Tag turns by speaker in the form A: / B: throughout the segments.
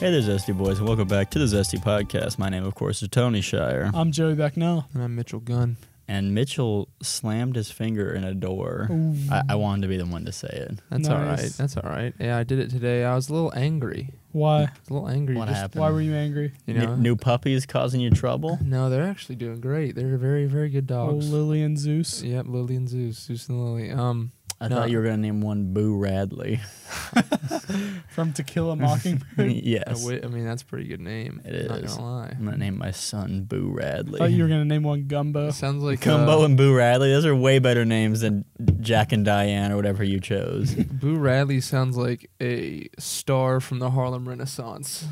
A: Hey there, Zesty Boys, and welcome back to the Zesty Podcast. My name, of course, is Tony Shire.
B: I'm Joey Becknell.
C: And I'm Mitchell Gunn.
A: And Mitchell slammed his finger in a door.
B: Ooh.
A: I, I wanted to be the one to say it.
C: That's all right.
B: Nice.
C: That's all right. Yeah, I did it today. I was a little angry.
B: Why?
C: A little angry.
A: What
C: just,
A: happened?
B: Why were you angry?
C: You
A: N-
C: know.
A: new puppies causing you trouble?
C: No, they're actually doing great. They're very, very good
B: Oh,
C: dogs.
B: Lily and Zeus.
C: Yep, Lily and Zeus, Zeus and Lily. Um,
A: I
C: No.
A: thought you were going to name one Boo Radley.
B: From To Kill a Mockingbird.
C: I
A: yes.
C: wi- I mean that's a pretty good name.
A: It
C: Not
A: is.
C: gonna lie.
A: I'm going to name my son Boo
B: I thought
A: Radley.
B: you were gonna name one Gumbo.
C: It sounds like
A: Gumbo
C: uh,
A: and Boo Radley, those are way better names than Jack and Diane or whatever you chose.
C: Boo Radley sounds like a star from the Harlem Renaissance.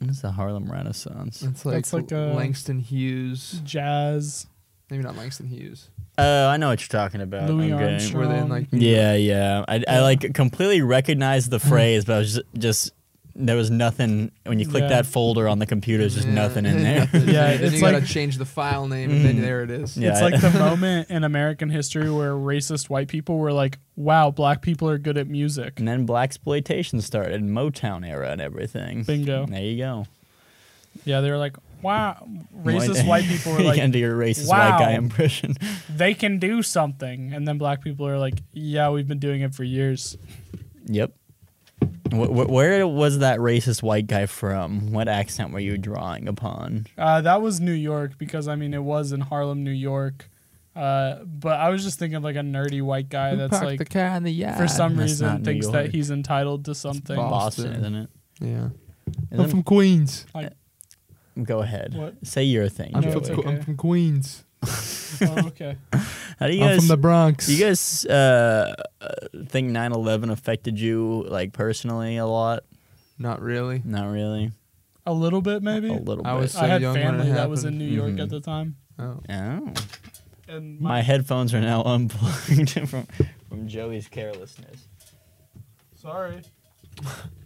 A: It's the Harlem Renaissance.
C: It's like,
B: That's like,
C: L-
B: uh,
C: Langston Hughes.
B: Jazz.
C: Maybe not Langston Hughes.
A: Oh, I know what you're talking about.
B: Louis
A: I'm getting-
B: Armstrong.
C: Were they in like
A: Yeah, yeah. I, I
B: Yeah.
A: like completely recognized the phrase, but I was just, just there was nothing when you click
B: Yeah.
A: that folder on the computer. There's just
C: Yeah,
A: nothing in there.
C: nothing.
B: Yeah,
C: then
B: it's
C: you gotta
B: like-
C: change the file name, and then
A: Mm.
C: there it is.
A: Yeah.
B: It's like the moment in American history where racist white people were like, "Wow, black people are good at music."
A: and then black exploitation started, Motown era, and everything.
B: Bingo.
A: There you go.
B: Yeah, they were like, "Wow, racist
A: Why-
B: white people were
A: You
B: like,
A: can do your racist
B: "Wow."
A: white guy impression.
B: they can do something," and then black people are like, "Yeah, we've been doing it for years."
A: yep. Wh- wh- where was that racist white guy from? What accent were you drawing upon?
B: Uh, that was New York because I mean it was in Harlem, New York. Uh, but I was just thinking of like a nerdy white guy
C: Who
B: that's
C: parked
B: like
C: the car in the yard?
B: for some
A: That's not
B: reason
A: New
B: thinks
A: York.
B: that he's entitled to something.
A: Boston,
C: Boston.
A: isn't it?
C: Yeah, I'm
A: Isn't-
C: from Queens.
A: go ahead.
B: What?
A: Say your thing.
C: I'm,
B: No,
C: from,
B: it's
A: Joey.
C: Qu- I'm
B: okay.
C: from Queens.
B: Oh, okay.
A: How do you
C: I'm
A: guys
C: from the Bronx.
A: Do you guys uh, uh, think 9/11 affected you like personally a lot?
C: Not really.
A: Not really.
B: A little bit maybe.
A: A little
C: I
A: bit.
C: was-
B: I
C: So
B: had
C: young when it
B: family that was in
C: happened.
B: New York
A: Mhm.
B: at the time,
C: Oh,
A: oh,
B: and my
A: my headphones are now unplugged from from Joey's carelessness.
B: Sorry.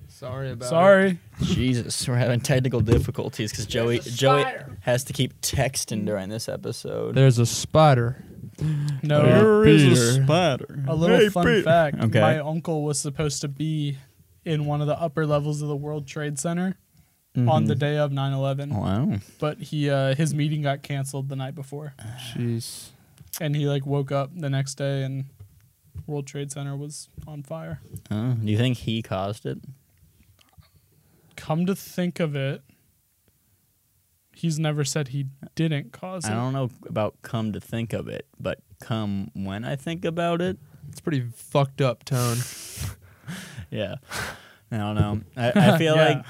C: sorry about.
B: Sorry.
A: Jesus, we're having technical difficulties because Joey
B: There's a
A: Joey
B: spider.
A: has to keep texting during this episode.
C: There's a spider.
B: No.
C: is a
A: Mm-hmm.
C: Peter.
A: spider.
B: A little fun fact.
A: Okay.
B: My uncle was supposed to be in one of the upper levels of the World Trade Center on
A: Mm-hmm.
B: the day of 9/11,
A: Wow.
B: but he uh, his meeting got canceled the night before,
C: Jeez.
B: and he like woke up the next day and World Trade Center was on fire.
A: Oh, do you think he caused it?
B: Come to think of it, he's never said he didn't cause
A: I
B: it.
A: don't know about come to think of it, but come when I think about it,
C: It's pretty fucked up tone.
A: Yeah. I don't know. I, I feel
B: Yeah.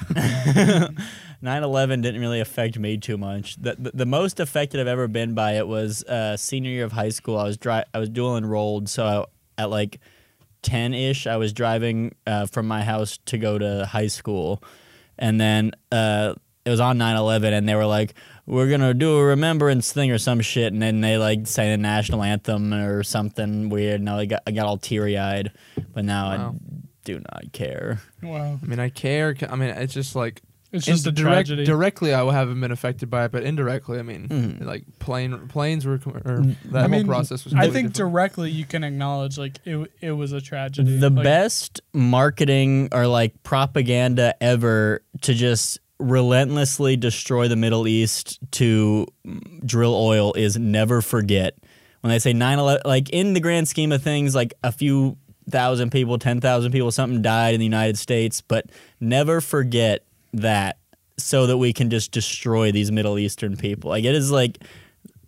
A: like 9 11 didn't really affect me too much. The, the, the most affected I've ever been by it was uh, senior year of high school. I was dri- I was dual enrolled, so at like 10 ish, I was driving uh, from my house to go to high school. And then uh, it was on 9 11, and they were like, we're going to do a remembrance thing or some shit. And then they like sang the national anthem or something weird. And I got, I got all teary eyed. But now
C: Wow.
A: I do not care.
B: Wow,
C: I mean, I care. I mean, it's just like
B: it's just a
C: indi- direct-
B: tragedy.
C: Directly, I haven't been affected by it, but indirecttly, I mean,
A: Mhm.
C: like plane planes were com- or that
B: I
C: whole
B: mean,
C: process was.
B: I
C: completely
B: think
C: different.
B: directly you can acknowledge like it. It was a tragedy.
A: The
B: Like,
A: best marketing or like propaganda ever to just relentlessly destroy the Middle East to mm, drill oil is never forget. When they say 9 11, like in the grand scheme of things, like a few thousand people, 10,000 people, something died in the United States, but never forget that so that we can just destroy these Middle Eastern people. Like it is like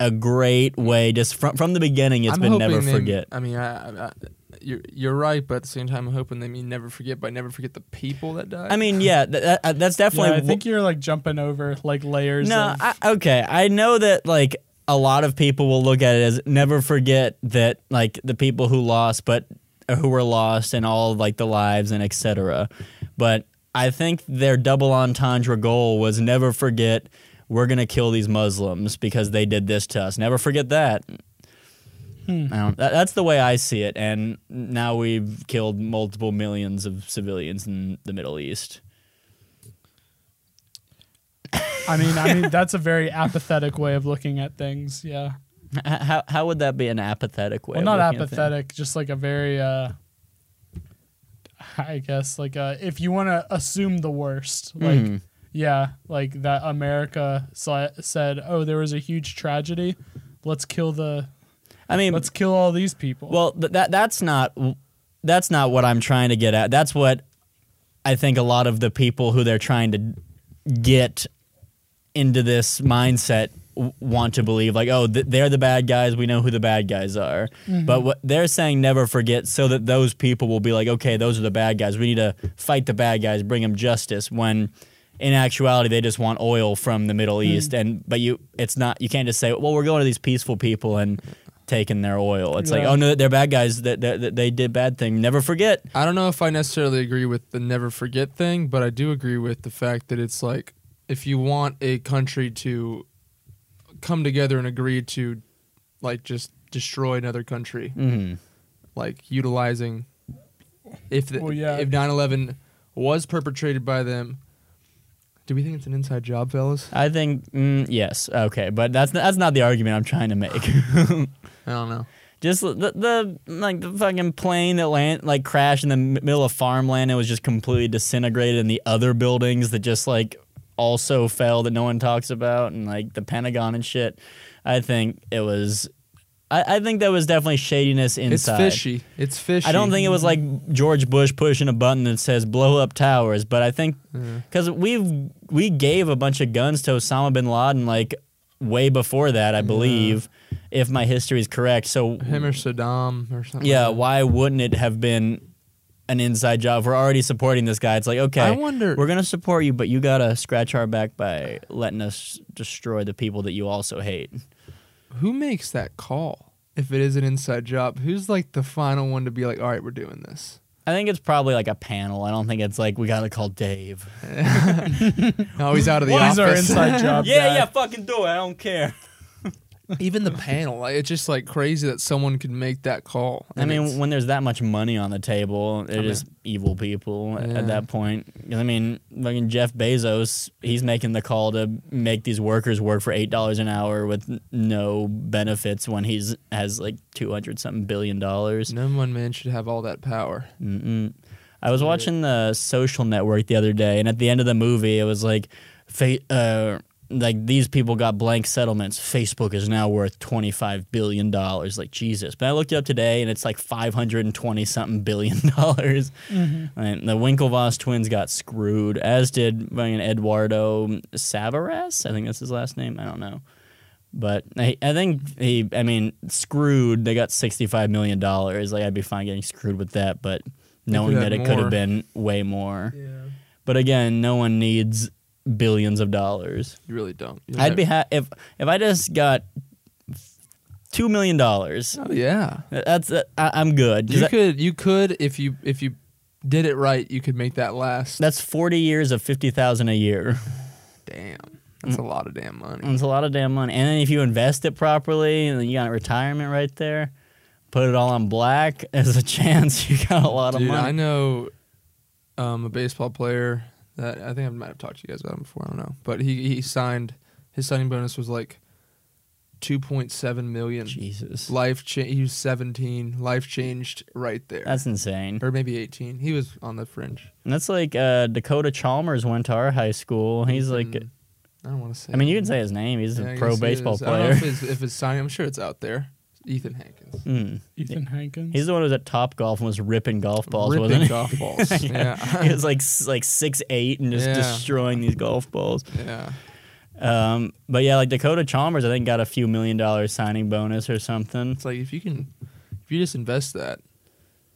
A: a great way, just from, from the beginning, It's
C: I'm
A: been never
C: hoping they-
A: forget.
C: I mean, I, I, I, you're you're right, but at the same time, I'm hoping they mean never forget, but never forget the people that died.
A: I mean, yeah, th- that, uh, that's definitely.
B: yeah, I think you're like jumping over like layers.
A: no,
B: of,
A: I, okay. I know that like a lot of people will look at it as never forget that like the people who lost, but uh, who were lost, and all like the lives and etc. But I think their double entendre goal was never forget. We're gonna kill these Muslims because they did this to us. Never forget that.
B: Hmm.
A: I don't, that, that's the way I see it, and now we've killed multiple millions of civilians in the Middle East.
B: I mean, I mean that's a very apathetic way of looking at things. Yeah,
A: H- How how would that be an apathetic way?
B: well,
A: of
B: not
A: looking at things?
B: apathetic, just like a very. uh I guess like uh, if you want to assume the worst, like
C: Hmm.
A: Mhm.
B: yeah, like that America sa- said, oh, there was a huge tragedy, let's kill the,
A: I mean,
B: let's kill all these people.
A: well, th- that that's not that's not what I'm trying to get at. That's what I think a lot of the people who they're trying to get into this mindset w- want to believe like oh th- they're the bad guys we know who the bad guys are but what they're saying never forget so that those people will be like okay those are the bad guys we need to fight the bad guys bring them justice when in actuality they just want oil from the middle east and but you it's not you can't just say well we're going to these peaceful people and taking their oil it's like
B: Yeah.
A: oh no they're bad guys that that- that they did bad thing never forget
C: I don't know if I necessarily agree with the never forget thing, but I do agree with the fact that it's like if you want a country to come together and agree to like just destroy another country,
A: mm-hmm.
C: like utilizing if the,
B: Well, yeah.
C: if 9/11 was perpetrated by them, do we think it's an inside job, fellas?
A: i think mm, yes okay but that's that's not the argument i'm trying to make
C: I don't know.
A: Just the, the like the fucking plane that land like crashed in the m- middle of farmland and was just completely disintegrated, and the other buildings that just like also fell that no one talks about, and like the Pentagon and shit. I think it was. I, I think that was definitely shadiness inside.
C: It's fishy. It's fishy.
A: I don't think it was like George Bush pushing a button that says blow up towers, but I think
C: Yeah.
A: because we we gave a bunch of guns to Osama bin Laden like way before that, I believe, if my history is correct. So
C: him or Saddam or something.
A: Mm. yeah,
C: like that.
A: why wouldn't it have been an inside job? We're already supporting this guy. It's like
C: I
A: okay,
C: wonder.
A: we're gonna support you, but you gotta scratch our back by letting us destroy the people that you also hate.
C: who makes that call if it is an inside job who's like the final one to be like all right we're doing this
A: I think it's probably like a panel. I don't think it's like we gotta call Dave.
C: no he's out of the
B: What is
C: office
B: our inside job? guy?
A: fucking do it. I don't care.
C: even the panel like, it's just like crazy that someone could make that call
A: I
C: And
A: mean,
C: it's-
A: when there's that much money on the table, they're
C: I mean-
A: just evil people at-
C: Yeah.
A: at that point. 'Cause, I mean, fucking Jeff Bezos, he's making the call to make these workers work for eight dollars an hour with n- no benefits when he's has like two hundred something billion dollars.
C: no one man should have all that power
A: Mm-mm. I was
C: Yeah.
A: watching the Social Network the other day, and at the end of the movie, it was like, fa- uh, like these people got blank settlements. Facebook is now worth twenty five billion dollars. Like Jesus, but I looked it up today, and it's like five hundred and twenty something billion dollars. And the Winklevoss twins got screwed, as did fucking Eduardo Savaras. I think that's his last name. I don't know. But I, I think he, I mean, screwed. They got sixty-five million dollars. Like I'd be fine getting screwed with that, but knowing
C: could've
A: that
C: had
A: it could
C: more.
A: have been way more.
C: yeah
A: But again, no one needs billions of dollars.
C: you really don't You
A: I'd
C: know-
A: be ha- if if I just got two million dollars.
C: oh, yeah
A: That's I, I'm good. 'Cause
C: you
A: that-
C: could you could if you if you did it right you could make that last
A: that's forty years of fifty thousand a year.
C: damn that's
A: Mm.
C: a lot of damn money
A: It's a lot of damn money. And then if you invest it properly, and then you got retirement right there. Put it all on black. There's a chance you got a lot of
C: Dude,
A: money.
C: I know um, a baseball player that I think I might have talked to you guys about him before. I don't know, but he he signed his signing bonus was like two point seven million.
A: Jesus.
C: Life cha- he was seventeen. Life changed right there,
A: That's insane.
C: or maybe eighteen. He was on the fringe.
A: And that's like uh, Dakota Chalmers went to our high school. He's like,
C: Mm, I don't want to say.
A: I mean, you can say his name. He's
C: Yeah, I
A: a
C: guess
A: pro
C: he
A: baseball
C: is. I don't know
A: player.
C: if his, if his signing, I'm sure it's out there. Ethan Hankins.
A: Mm.
B: Ethan Hankins.
A: He's the one who was at Top Golf and was ripping golf balls,
C: Ripping
A: wasn't he?
C: golf balls. yeah.
A: he was like s- like six eight and just
C: Yeah.
A: destroying these golf balls.
C: yeah.
A: Um, but yeah, like Dakota Chalmers, I think got a few million dollar signing bonus or something.
C: It's like if you can, if you just invest that,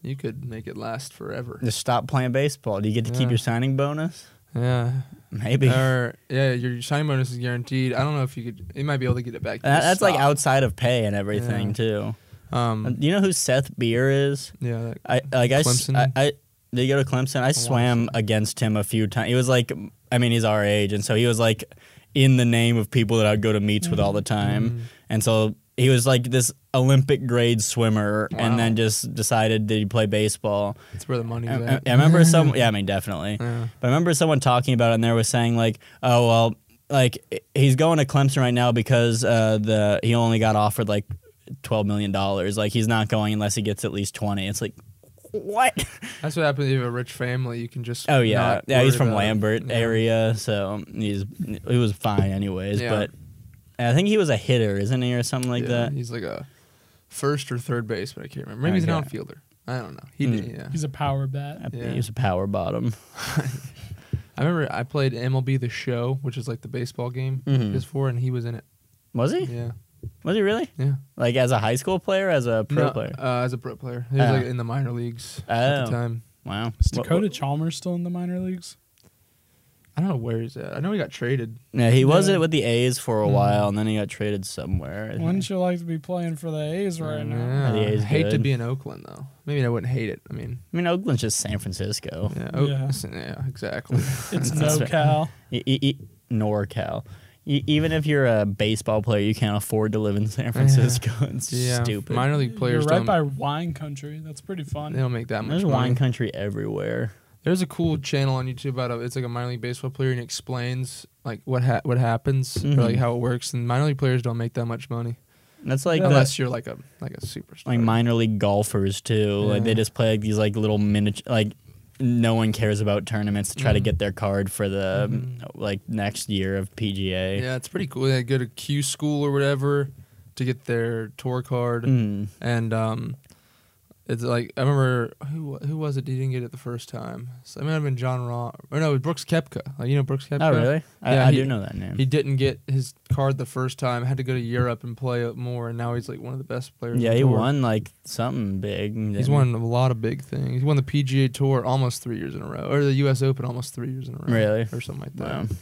C: you could make it last forever.
A: Just stop playing baseball. Do you get to
C: Yeah.
A: keep your signing bonus?
C: Yeah.
A: Maybe.
C: Or yeah, your signing bonus is guaranteed. I don't know if you could. You might be able to get it back.
A: That- that's like
C: Stop.
A: outside of pay and everything
C: Yeah.
A: too.
C: Um.
A: Do you know who Seth Beer is?
C: Yeah. That,
A: I like I, s-
C: Clemson?
A: I, I did he go to Clemson. I swam against him a few times. He was like, I mean, he's our age, and so he was like in the name of people that I'd go to meets with all the time,
C: Mm.
A: and so he was like this Olympic grade swimmer,
C: Wow.
A: and then just decided that he'd play baseball.
C: that's where the money's
A: I, I-
C: at.
A: I remember some, yeah, I mean, definitely.
C: Yeah.
A: But I remember someone talking about it, and there was saying like, "Oh well, like i- he's going to Clemson right now because uh, the he only got offered like twelve million dollars. Like he's not going unless he gets at least twenty. It's like, what?
C: That's what happens if you have a rich family. You can just.
A: Oh yeah,
C: not
A: yeah. He's
C: worry
A: from
C: about it.
A: Lambert
C: Yeah.
A: area, so he's he was fine anyways.
C: Yeah.
A: But I think he was a hitter, isn't he, or something like
C: Yeah,
A: that?
C: He's like a first or third base, but I can't remember. Maybe he's an
A: Okay.
C: outfielder. I don't know. He
A: Hmm.
C: did. Yeah.
B: He's a power bat.
A: I think
C: Yeah.
A: He was a power bottom.
C: I remember I played MLB The Show, which is like the baseball game
A: Mhm.
C: is for, and he was in it.
A: Was he?
C: Yeah.
A: Was he really?
C: Yeah.
A: Like as a high school player, as a pro
C: No,
A: player?
C: Uh, as a pro player. He was
A: Oh.
C: like in the minor leagues at
A: Oh.
C: the time.
A: Wow.
B: Is
A: What-
B: Dakota Chalmers still in the minor leagues?
C: I don't know where he's at. I know he got traded.
A: Yeah, he was
B: Yeah.
A: it with the A's for
C: Mm.
A: a while, and then he got traded somewhere. I think.
B: Wouldn't you like to be playing for the A's right now?
C: Yeah.
A: The A's
C: hate to
A: good.
C: be in Oakland though. Maybe I wouldn't hate it. I mean,
A: I mean, Oakland's just San Francisco.
C: yeah, Oak-
B: Yeah.
C: yeah, exactly.
B: It's
A: That's
B: no
A: fair.
B: Cal.
A: E- e- e- NorCal. E- even if you're a baseball player, you can't afford to live in San Francisco. It's
C: yeah,
A: stupid.
C: minor league players
B: You're right
C: don't.
B: by wine country. That's pretty fun.
C: they don't make that much.
A: There's
C: money.
A: wine country everywhere.
C: There's a cool channel on YouTube about a, it's like a minor league baseball player and he explains like what ha- what happens
A: Mhm.
C: or like how it works. And minor league players don't make that much money
A: That's like the,
C: unless you're like a like a superstar.
A: like minor league golfers too. Like they
C: Yeah.
A: just play like these like little miniature like no one cares about tournaments to try to
C: Mhm.
A: get their card for the like next year of PGA.
C: Mm-hmm. Yeah, it's pretty cool. They go to Q school or whatever to get their tour card,
A: Mm.
C: and um, it's like I remember who who was it? He didn't get it the first time. So it might have been John Raw or no, it was Brooks Kepka. Like you know Brooks Kepka.
A: Oh really? I,
C: Yeah,
A: I
C: he-
A: do know that name.
C: He didn't get his card the first time. Had to go to Europe and play it more, and now he's like one of the best players. on
A: yeah, he
C: tour.
A: won like something big.
C: He's won a lot of big things. He won the PGA Tour almost three years in a row, or the U.S. Open almost three years in a row,
A: Really?
C: or something like that.
A: Wow.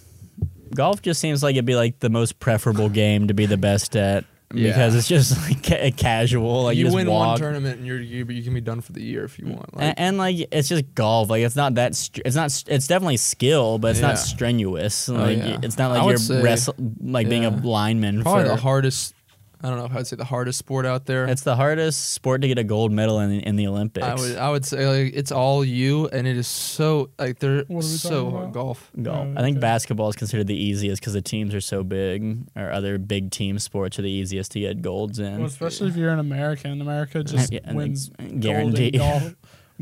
A: Golf just seems like it'd be like the most preferable game to be the best at because
C: Yeah.
A: it's just like ca- casual. Like you,
C: you,
A: just
C: win one
A: walk. Mm.
C: tournament, and you're you, you can be done for the year if you want.
A: A- and, like it's just golf. Like it's not that. Str- it's not. st- It's definitely skill, but it's
C: Yeah. Oh,
A: not strenuous. Like
C: yeah.
A: it's not
C: I
A: like
C: would
A: you're
C: say-
A: wrestle, like being a
C: yeah.
A: lineman.
C: Probably
A: for,
C: the hardest. I don't know if I'd say the hardest sport out there.
A: It's the hardest sport to get a gold medal in, in the Olympics.
C: I would I would say like, it's all you, and it is so like they're
B: What are we
C: so
B: talking
C: hard
B: about?
C: golf.
A: golf.
B: Oh,
A: I think
B: okay.
A: basketball is considered the easiest because the teams are so big, or other big team sports are the easiest to get golds in.
B: Well, especially if you're an American. America just
A: Yeah, and they
B: wins
A: guarantee.
B: golden golf,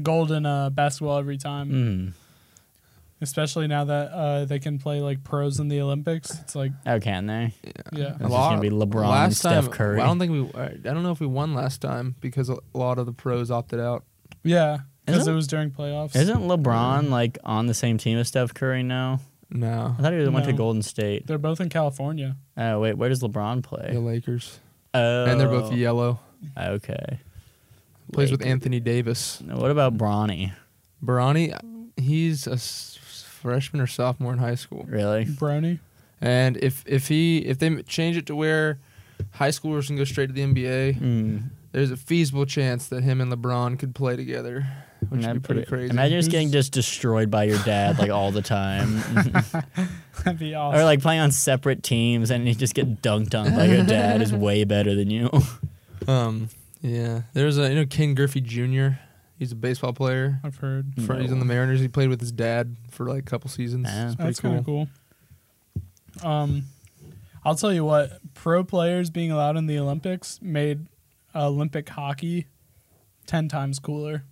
B: gold in uh, basketball every time.
A: Mm.
B: Especially now that uh, they can play like pros in the Olympics. It's like,
A: Oh, can they?
B: yeah.
A: It's just gonna be LeBron and
C: last
A: Steph
C: time,
A: Curry.
C: I don't think we. I don't know if we won last time because a lot of the pros opted out.
B: Yeah. Because
A: Isn't-
B: it was during playoffs.
A: Isn't LeBron like on the same team as Steph Curry now?
C: No,
A: I thought he went to
B: No.
A: Golden State.
B: They're both in California.
A: Oh wait, where does LeBron play?
C: the Lakers,
A: oh,
C: and they're both yellow.
A: Okay.
C: Plays with
A: Lakers.
C: Anthony Davis.
A: Now, What about Bronny?
C: Bronny, he's a s- freshman or sophomore in high school.
A: Really?
B: Brony.
C: And if if he if they change it to where high schoolers can go straight to the NBA,
A: Mm,
C: there's a feasible chance that him and LeBron could play together, which would
A: that'd
C: be pretty crazy.
A: Imagine just getting
B: Who's-
A: just destroyed by your dad like all the time,
B: That'd be awesome.
A: or like playing on separate teams and you just get dunked on by your dad is way better than you.
C: Um, yeah, there's a you know Ken Griffey Jr. He's a baseball player.
B: I've heard.
C: For, He's
A: No.
C: on the Mariners. He played with his dad for like a couple seasons.
A: Ah.
C: It's pretty
B: That's kind of cool. Um, I'll tell you what, pro players being allowed in the Olympics made Olympic hockey 10 times cooler.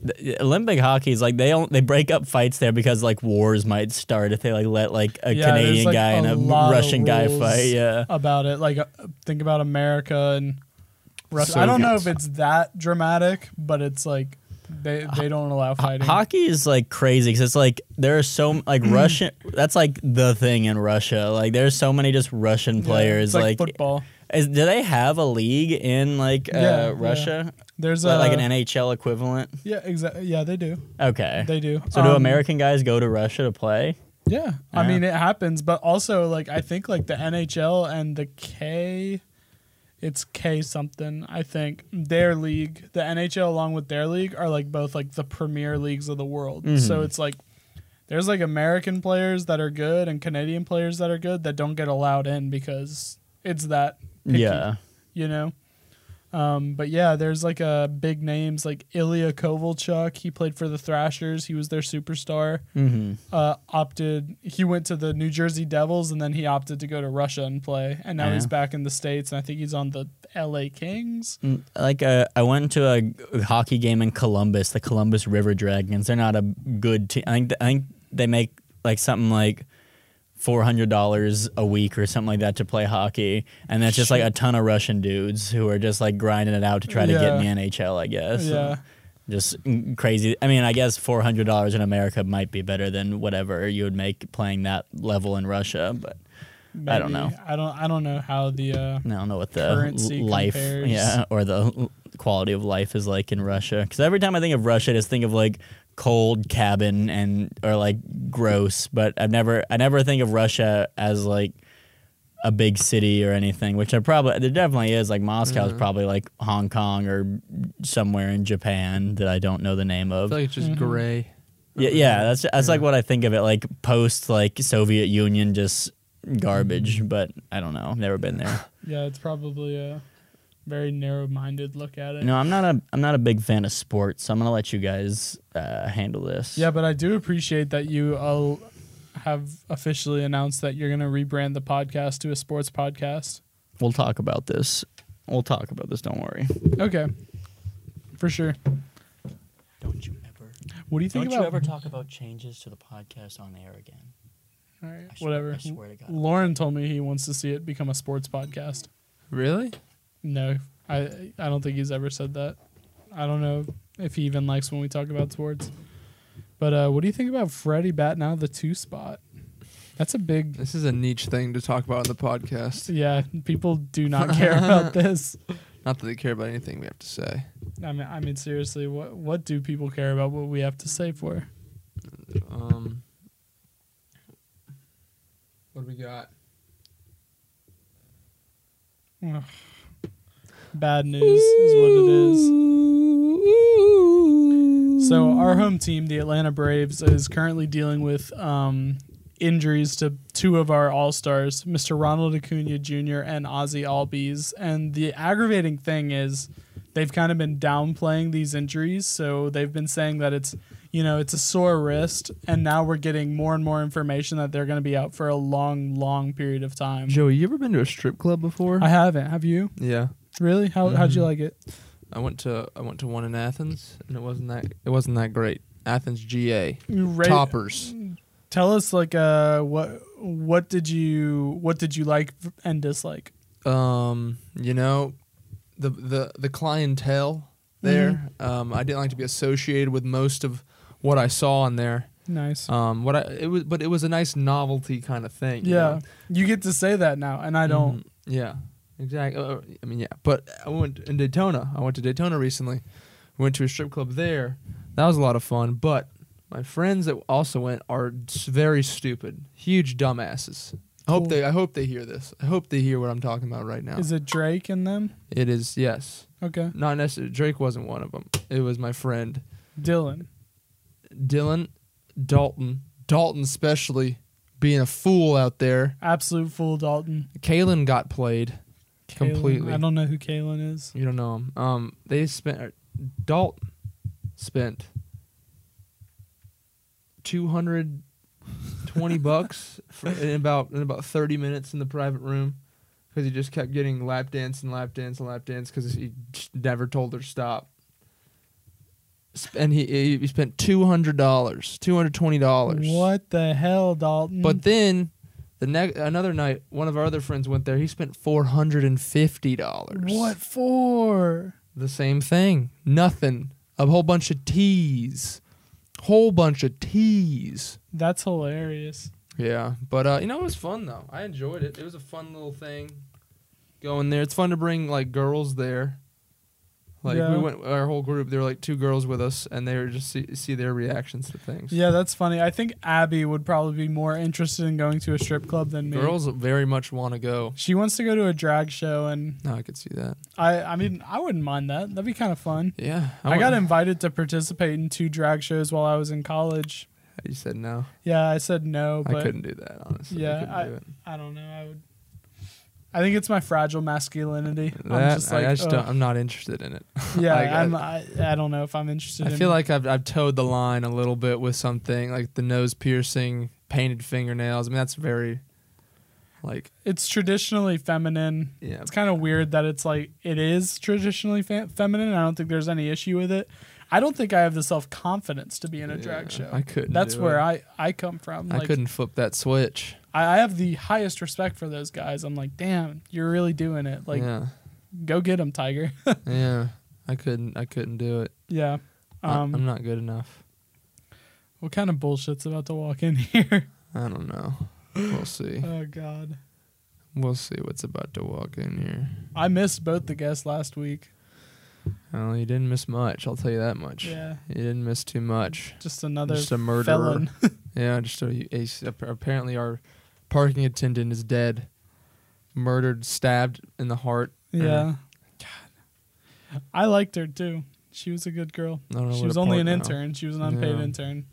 A: The- Olympic hockey is like they don't they break up fights there because like wars might start if they like let like a
B: Yeah, there's,
A: Canadian
B: like,
A: guy
B: a
A: and a
B: lot of
A: Russian guy
B: rules.
A: fight. Yeah.
B: about it. Like, uh, think about America and Russia.
C: So
B: I don't know if
C: good.
B: it's that dramatic, but it's like they they don't allow
A: Ho-
B: fighting.
A: Hockey is like crazy because it's like there are so m- like Russian. That's like the thing in Russia. Like there's so many just Russian
B: Yeah,
A: players.
B: it's like,
A: like,
B: football.
A: is, do they have a league in like uh,
B: Yeah, yeah.
A: Russia?
B: There's
A: Like-
B: a
A: like an NHL equivalent?
B: yeah, exactly. Yeah, they do.
A: Okay.
B: They do.
A: so do
B: Um,
A: American guys go to Russia to play?
B: Yeah, I
A: Yeah.
B: mean it happens, but also like I think like the NHL and the K, it's K something. I think their league, the NHL along with their league, are like both like the premier leagues of the world. So
A: Mhm.
B: it's like there's like American players that are good and Canadian players that are good that don't get allowed in because it's that. Picky,
A: Yeah.
B: you know. Um, but yeah, there's like a big names like Ilya Kovalchuk. He played for the Thrashers. He was their superstar.
A: Mm-hmm.
B: Uh, opted. He went to the New Jersey Devils and then he opted to go to Russia and play. And now
A: Yeah.
B: he's back in the states. And I think he's on the L.A. Kings.
A: Mm, Like uh, I went to a g- hockey game in Columbus, the Columbus River Dragons. They're not a good team. I think, I think they make like something like four hundred dollars a week or something like that to play hockey, and that's just like a ton of Russian dudes who are just like grinding it out to try to get
B: Yeah.
A: in the NHL. I guess.
B: Yeah.
A: Just mm, crazy. I mean, I guess four hundred dollars in America might be better than whatever you would make playing that level in Russia, but I don't
B: maybe.
A: know.
B: I don't. I don't know how the. Uh,
A: I don't know what the
B: Currency
A: l- life,
B: compares.
A: yeah, or the l- quality of life is like in Russia. Because every time I think of Russia, I just think of like cold cabin and or like gross. But I've never, I never think of Russia as like a big city or anything. Which I probably there definitely is. Like Moscow is
C: Mhm.
A: probably like Hong Kong or somewhere in Japan that I don't know the name
C: I
A: of.
C: feel like it's just
B: Mhm.
C: gray.
A: yeah, yeah, that's that's like
C: Yeah.
A: what I think of it. Like post like Soviet Union, just
B: Mm-hmm.
A: garbage. But I don't know. Never been there.
B: yeah, it's probably a very narrow-minded look at it.
A: No, I'm not a I'm not a big fan of sports. So I'm gonna let you guys uh, handle this.
B: Yeah, but I do appreciate that you all have officially announced that you're going to rebrand the podcast to a sports podcast.
A: we'll talk about this. We'll talk about this. Don't worry.
B: Okay, for sure.
A: Don't you ever.
B: What do you think about?
A: talk about changes to the podcast on air again?
B: all right,
A: I swear-
B: whatever.
A: I swear to God.
B: Lauren told me he wants to see it become a sports podcast.
C: Really?
B: No, I I don't think he's ever said that. I don't know if he even likes when we talk about sports. But uh, what do you think about Freddie batting out of the two spot? That's a big.
C: This is a niche thing to talk about in the podcast.
B: Yeah, people do not care about this.
C: Not that they care about anything we have to say.
B: I mean, I mean, seriously, what what do people care about? What we have to say for?
C: Um, what do we got?
B: Bad news is what it is. So our home team, the Atlanta Braves, is currently dealing with um, injuries to two of our all stars, Mr. Ronald Acuna Jr. and Ozzy Albies. And the aggravating thing is, they've kind of been downplaying these injuries. So they've been saying that it's you know it's a sore wrist, and now we're getting more and more information that they're going to be out for a long, long period of time.
C: Joey, you ever been to a strip club before?
B: I haven't. Have you?
C: yeah,
B: Really? How how'd you like it?
C: I went to I went to one in Athens, and it wasn't that it wasn't that great. Athens, GA,
B: You ra-
C: toppers.
B: Tell us like uh what what did you what did you like and dislike?
C: Um, you know, the the the clientele there. Um, I didn't like to be associated with most of what I saw on there.
B: Nice.
C: Um, what I it was, but it was a nice novelty kind of thing. you
B: yeah.
C: know?
B: You get to say that now and I don't.
C: Mhm. Yeah, exactly. Uh, I mean, yeah. But I went in Daytona. I went to Daytona recently. Went to a strip club there. That was a lot of fun. But my friends that also went are s- very stupid, huge dumbasses. I hope
B: Cool.
C: they. I hope they hear this. I hope they hear what I'm talking about right now.
B: Is it Drake and them?
C: it is yes.
B: Okay.
C: Not necessarily. Drake wasn't one of them. It was my friend
B: Dylan.
C: Dylan, Dalton, Dalton especially being a fool out there.
B: Absolute fool Dalton.
C: Kalen got played.
B: Kalen.
C: Completely.
B: I don't know who Kalen is.
C: You don't know him. Um, they spent er, Dalt spent two hundred twenty bucks for, in about in about thirty minutes in the private room because he just kept getting lap dance and lap dance and lap dance because he just never told her stop. Sp- And he he he spent two hundred dollars, two hundred twenty dollars.
B: What the hell, Dalton?
C: But then. The ne- another night, one of our other friends went there. He spent four hundred and fifty dollars.
B: what for?
C: The same thing. Nothing. A whole bunch of teas. Whole bunch of teas.
B: That's hilarious.
C: Yeah, but uh, you know it was fun though. I enjoyed it. It was a fun little thing going there. It's fun to bring like girls there. Like
B: Yeah.
C: we went our whole group. There were like two girls with us, and they were just see, see their reactions to things.
B: Yeah, that's funny. I think Abby would probably be more interested in going to a strip club than me.
C: girls very much want to go.
B: She wants to go to a drag show, and
C: No, I could see that.
B: I I mean I wouldn't mind that. That'd be kind of fun.
C: Yeah,
B: I,
C: want-
B: got invited to participate in two drag shows while I was in college.
C: You said no.
B: Yeah, I said no,
C: I
B: but
C: couldn't do that honestly. I
B: Yeah,
C: couldn't
B: I-
C: do it.
B: I, don't know. I would. I think it's my fragile masculinity.
C: That-
B: I'm just
C: I
B: like,
C: just
B: ugh.
C: don't, I'm not interested in it.
B: yeah,
C: like, I-
B: I'm, I, I don't know if I'm interested.
C: I
B: in
C: feel like I've I've towed the line a little bit with something like the nose piercing, painted fingernails. I mean that's very, like
B: it's traditionally feminine.
C: yeah,
B: It's kind of weird that it's like it is traditionally fe- feminine. I don't think there's any issue with it. I don't think I have the self confidence to be in a drag
C: Yeah,
B: show.
C: I couldn't.
B: That's
C: do
B: where
C: it.
B: I I come from.
C: I
B: Like,
C: couldn't flip that switch.
B: I, I have the highest respect for those guys. I'm like, damn, you're really doing it. Like,
C: yeah,
B: go get them, Tiger.
C: yeah. I couldn't. I couldn't do it.
B: yeah.
C: I-
B: Um,
C: I'm not good enough.
B: what kind of bullshit's about to walk in here?
C: I don't know. We'll see.
B: oh God,
C: We'll see what's about to walk in here.
B: I missed both the guests last week.
C: Well, you didn't miss much. I'll tell you that much.
B: Yeah,
C: You didn't miss too much.
B: just another
C: Just a murderer.
B: felon.
C: Yeah, just a, a, apparently our parking attendant is dead, murdered, stabbed in the heart.
B: yeah. God, I liked her too. She was a good girl.
C: I don't know
B: She
C: what
B: was
C: a
B: only
C: part
B: an
C: now.
B: intern. She was an unpaid
C: Yeah.
B: intern.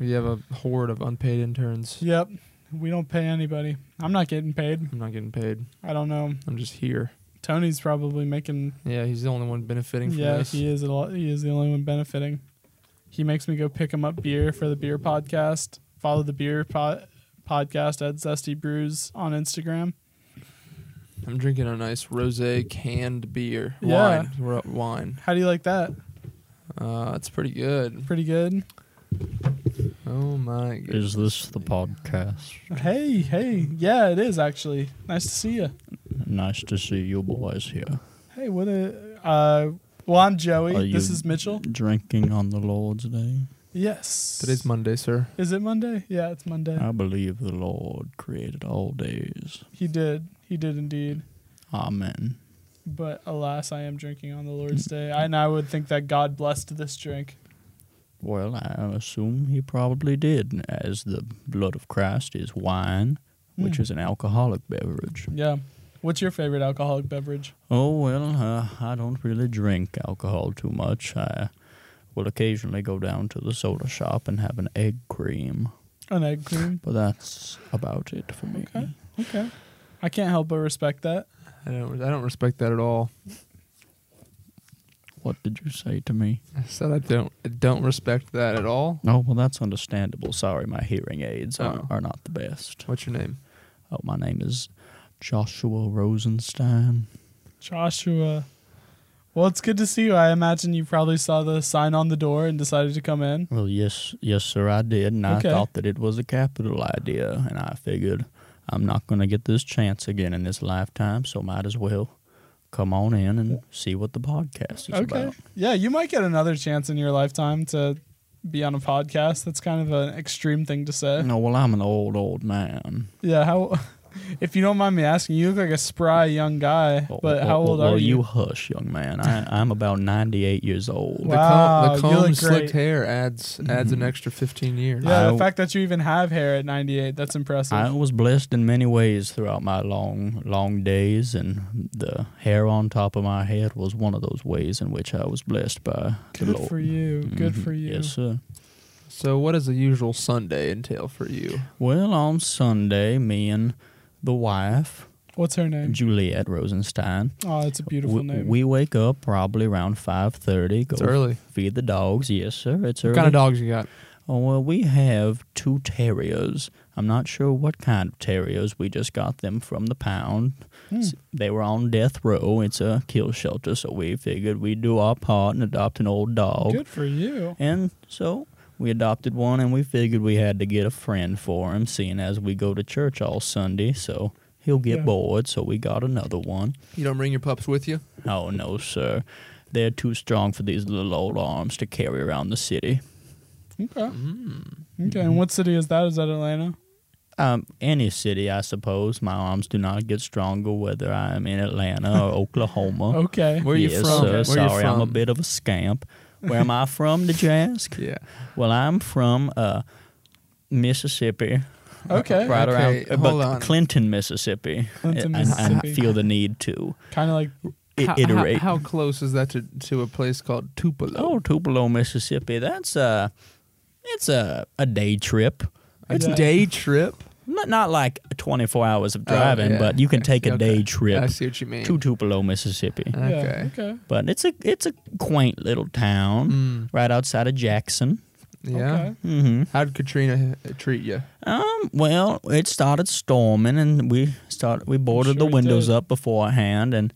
C: We have a horde of unpaid interns.
B: Yep. We don't pay anybody. I'm not getting paid.
C: I'm not getting paid.
B: I don't know.
C: I'm just here.
B: Tony's probably making.
C: Yeah, he's the only one benefiting from
B: Yeah,
C: this.
B: he is. A lot, he is the only one benefiting. He makes me go pick him up beer for the beer podcast. Follow the beer po- podcast at Zesty Brews on Instagram.
C: I'm drinking a nice rosé canned beer.
B: Yeah.
C: Wine. We're up wine.
B: How do you like that?
C: Uh, it's pretty good.
B: Pretty good.
C: Oh my god.
A: Is this the podcast?
B: Hey, hey. Yeah, it is actually. Nice to see you.
A: Nice to see you boys here.
B: Hey, what a. Uh, well, I'm Joey.
A: Are you-
B: this is Mitchell.
A: Drinking on the Lord's Day.
B: Yes.
C: Today's Monday, sir.
B: Is it Monday? Yeah, it's Monday.
A: I believe the Lord created all days.
B: He did. He did indeed.
A: Amen.
B: But alas, I am drinking on the Lord's Day. I, and I would think that God blessed this drink.
A: Well, I assume he probably did, as the blood of Christ is wine, which
B: Hmm.
A: is an alcoholic beverage.
B: Yeah. What's your favorite alcoholic beverage?
A: Oh, well, uh, I don't really drink alcohol too much. I will occasionally go down to the soda shop and have an egg cream,
B: An egg cream.
A: but that's about it for me.
B: Okay. Okay. I can't help but respect that.
C: I don't. I don't respect that at all.
A: What did you say to me?
C: I said I don't. I don't respect that at all.
A: Oh, well, that's understandable. Sorry, my hearing aids are,
C: Oh.
A: are not the best.
C: What's your name?
A: Oh, my name is Joshua Rosenstein.
B: Joshua. Well, it's good to see you. I imagine you probably saw the sign on the door and decided to come in.
A: Well, yes, yes, sir, I did, and
B: Okay.
A: I thought that it was a capital idea, and I figured I'm not going to get this chance again in this lifetime, so might as well come on in and see what the podcast is
B: okay.
A: about.
B: Yeah, you might get another chance in your lifetime to be on a podcast. That's kind of an extreme thing to say.
A: No, well, I'm an old, old man.
B: Yeah, how? If you don't mind me asking, you look like a spry young guy.
A: Well,
B: But
A: well,
B: how old
A: well,
B: are you?
A: hush, young man. I, I'm about 98 years old.
B: Wow.
C: the
B: you
C: comb,
B: look
C: the comb
B: great.
C: slicked hair adds adds
A: Mm-hmm.
C: an extra 15 years.
B: Yeah, the
A: I-
B: fact that you even have hair at 98, that's impressive.
A: I was blessed in many ways throughout my long, long days, and the hair on top of my head was one of those ways in which I was blessed by the
B: Good
A: Lord.
B: for you. Good
A: Mhm.
B: for you.
A: Yes, sir.
C: So what does a usual Sunday entail for you?
A: Well, on Sunday, me and the wife,
B: What's her name?
A: Juliet Rosenstein,
B: Oh, it's a beautiful
A: we,
B: name.
A: we wake up probably around 5.30, go
C: It's early.
A: feed the dogs. Yes, sir, it's
C: What
A: early.
C: kind of dogs you got?
A: Oh, well, we have two terriers. I'm not sure what kind of terriers. We just got them from the pound.
B: Hmm.
A: S- They were on death row. It's a kill shelter, so we figured we'd do our part and adopt an old dog.
B: Good for you.
A: And so we adopted one, and we figured we had to get a friend for him, seeing as we go to church all Sunday, so he'll get
B: Yeah.
A: bored, so we got another one.
C: You don't bring your pups with you?
A: Oh, no, sir. They're too strong for these little old arms to carry around the city.
B: Okay.
C: Mm.
B: Okay. And what city is that? Is that Atlanta?
A: Um, any city, I suppose. My arms do not get stronger whether I am in Atlanta or Oklahoma.
B: Okay.
C: Where are you
A: yes,
C: from?
A: Sir.
C: Where you
A: Sorry, I'm a
C: from?
A: bit of a scamp. Where am I from, did you ask?
C: Yeah.
A: Well, I'm from uh, Mississippi.
B: Okay.
A: right
C: Okay,
A: around
C: hold
A: but
C: on.
A: Clinton, Mississippi.
B: Clinton,
A: And
B: Mississippi.
A: I feel the need to
B: Kind of like,
A: i-
C: How-
A: iterate.
C: How, how close is that to, to a place called Tupelo?
A: oh, Tupelo, Mississippi. That's a it's a, a day trip.
C: it's
B: Yeah.
C: day trip.
A: Not not not like 24 hours of
C: Oh,
A: driving,
C: yeah.
A: but you can
C: I
A: take
C: see,
A: a
C: okay.
A: day
C: I
A: trip
C: see what you mean. Uh,
A: to Tupelo, Mississippi.
C: Okay.
B: Yeah, okay.
A: But it's a it's a quaint little town
C: Mm,
A: right outside of Jackson.
C: yeah.
B: Okay.
A: hmm
C: How'd Katrina uh, treat you?
A: Um, well, it started storming, and we started we boarded
B: sure
A: the
B: it
A: windows
B: did.
A: up beforehand, and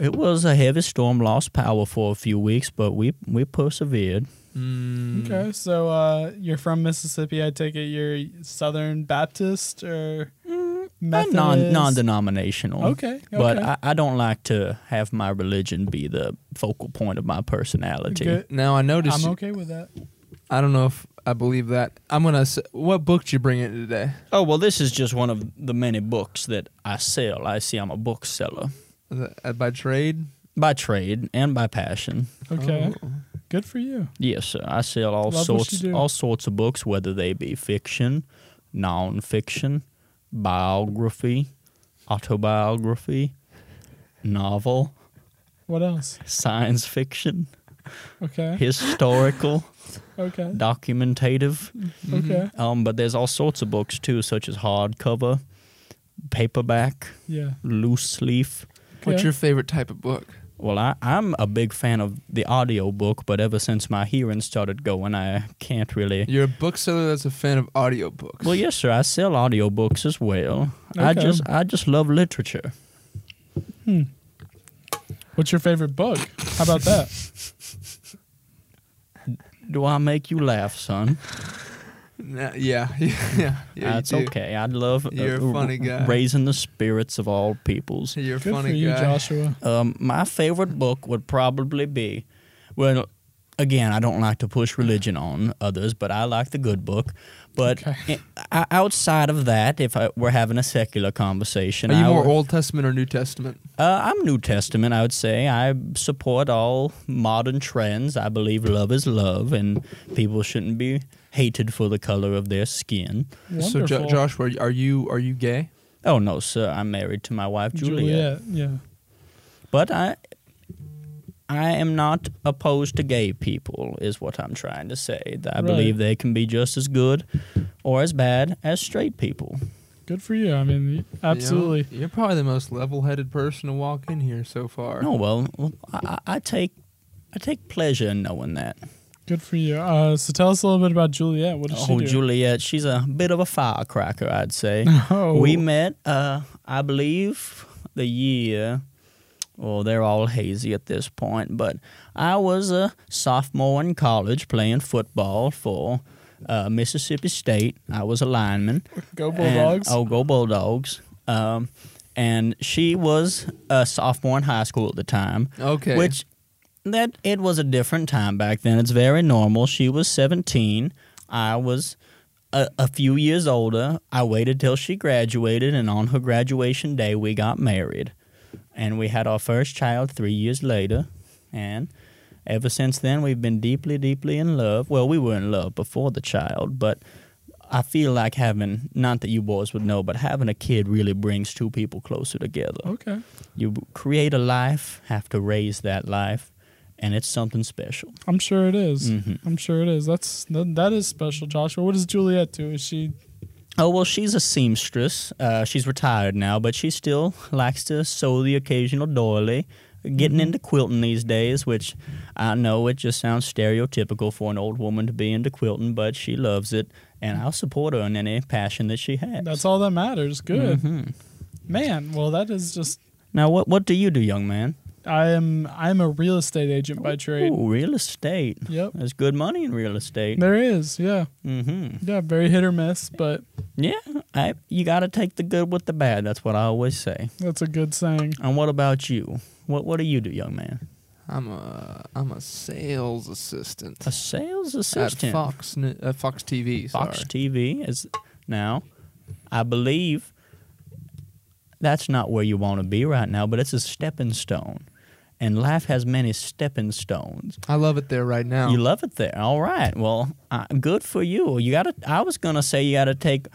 A: it was a heavy storm, lost power for a few weeks, but we we persevered.
C: Mm,
B: Okay, so uh, you're from Mississippi. I take it you're Southern Baptist or
A: Mm, Not
B: Methodist.
A: Non non denominational.
B: Okay,
A: But
B: okay.
A: I, I don't like to have my religion be the focal point of my personality.
B: Good.
C: Now I noticed.
B: I'm okay with that.
C: I don't know if I believe that. I'm gonna. s- What book did you bring in today?
A: Oh well, this is just one of the many books that I sell. I see I'm a bookseller
C: Is that, uh, by trade.
A: by trade and by passion.
B: Okay,
C: Oh.
B: good for you.
A: Yes, sir. I sell all
B: Love what
A: sorts
B: you do.
A: all sorts of books, whether they be fiction, nonfiction, biography, autobiography, novel,
B: What else?
A: science fiction,
B: Okay,
A: historical,
B: okay,
A: documentative.
C: Mm-hmm.
B: okay.
A: Um, but there's all sorts of books too, such as hardcover, paperback,
B: Yeah.
A: loose leaf.
C: What's
B: Okay.
C: your favorite type of book?
A: Well, I, I'm a big fan of the audiobook, but ever since my hearing started going, I can't really.
C: You're a bookseller that's a fan of audiobooks.
A: Well, yes, sir. I sell audiobooks as well. I
B: Okay.
A: just I just love literature.
B: Hmm. What's your favorite book? How about that?
A: Do I make you laugh, son?
C: Nah, yeah, yeah, yeah. you
A: That's
C: do.
A: okay. I love uh,
C: You're a funny guy.
A: raising the spirits of all peoples.
C: You're a
B: Good
C: funny
B: for you,
C: guy.
B: Joshua.
A: Um, my favorite book would probably be, well, again, I don't like to push religion on others, but I like the good book. But
B: Okay.
A: I- outside of that, if I, we're having a secular conversation,
C: Are you
A: I
C: more
A: would-
C: Old Testament or New Testament?
A: uh, I'm New Testament. I would say I support all modern trends. I believe love is love, and people shouldn't be hated for the color of their skin.
C: So,
B: Wonderful.
C: jo- Joshua, are you are you gay?
A: Oh no, sir! I'm married to my wife, Juliet.
B: Juliet. Yeah.
A: But I I am not opposed to gay people is what I'm trying to say. That I
B: Right.
A: believe they can be just as good or as bad as straight people.
B: Good for you. I mean, y- absolutely.
C: You are probably the most level-headed person to walk in here so far.
A: No, well, well, I, I I take I take pleasure in knowing that.
B: Good for you. Uh, so tell us a little bit about Juliet. What did she
A: Oh,
B: do?
A: Juliet, she's a bit of a firecracker, I'd say.
B: Oh,
A: We met, uh, I believe, the year. Well, they're all hazy at this point, but I was a sophomore in college playing football for uh, Mississippi State. I was a lineman.
B: go
A: and-
B: Bulldogs.
A: oh, go Bulldogs. Um, and she was a sophomore in high school at the time.
C: Okay.
A: Which that it was a different time back then. It's very normal. She was 17. I was a, a few years older. I waited till she graduated, and on her graduation day, we got married, and we had our first child three years later, and. Ever since then, we've been deeply, deeply in love. Well, we were in love before the child, but I feel like having, not that you boys would know, but having a kid really brings two people closer together
B: Okay.
A: you create a life, have to raise that life, and it's something special.
B: I'm sure it is.
A: Mhm.
B: I'm sure it is. That's that, that is special, Joshua. What does Juliet do? Is she
A: Oh well, she's a seamstress. Uh, she's retired now, but she still likes to sew the occasional doily. Getting
B: Mm-hmm.
A: into quilting these days, which I know it just sounds stereotypical for an old woman to be into quilting, but she loves it, and I'll support her in any passion that she has.
B: That's all that matters. Good.
A: Mhm.
B: Man, well that is just
A: Now, what what do you do, young man?
B: I am I'm a real estate agent by trade.
A: Ooh, real estate.
B: Yep.
A: There's good money in real estate.
B: There is. Yeah.
A: Mm-hmm.
B: Yeah, very hit or miss, but
A: Yeah, I, you got to take the good with the bad. That's what I always say.
B: that's a good saying.
A: And what about you? What What do you do, young man?
C: I'm a I'm a sales assistant,
A: A sales assistant,
C: at Fox Ne- uh, Fox TV. Sorry.
A: Fox TV is now. I believe that's not where you want to be right now, but it's a stepping stone, and life has many stepping stones.
C: I love it there right now.
A: You love it there. All right. Well, uh, good for you. You got to. I was gonna say you got to take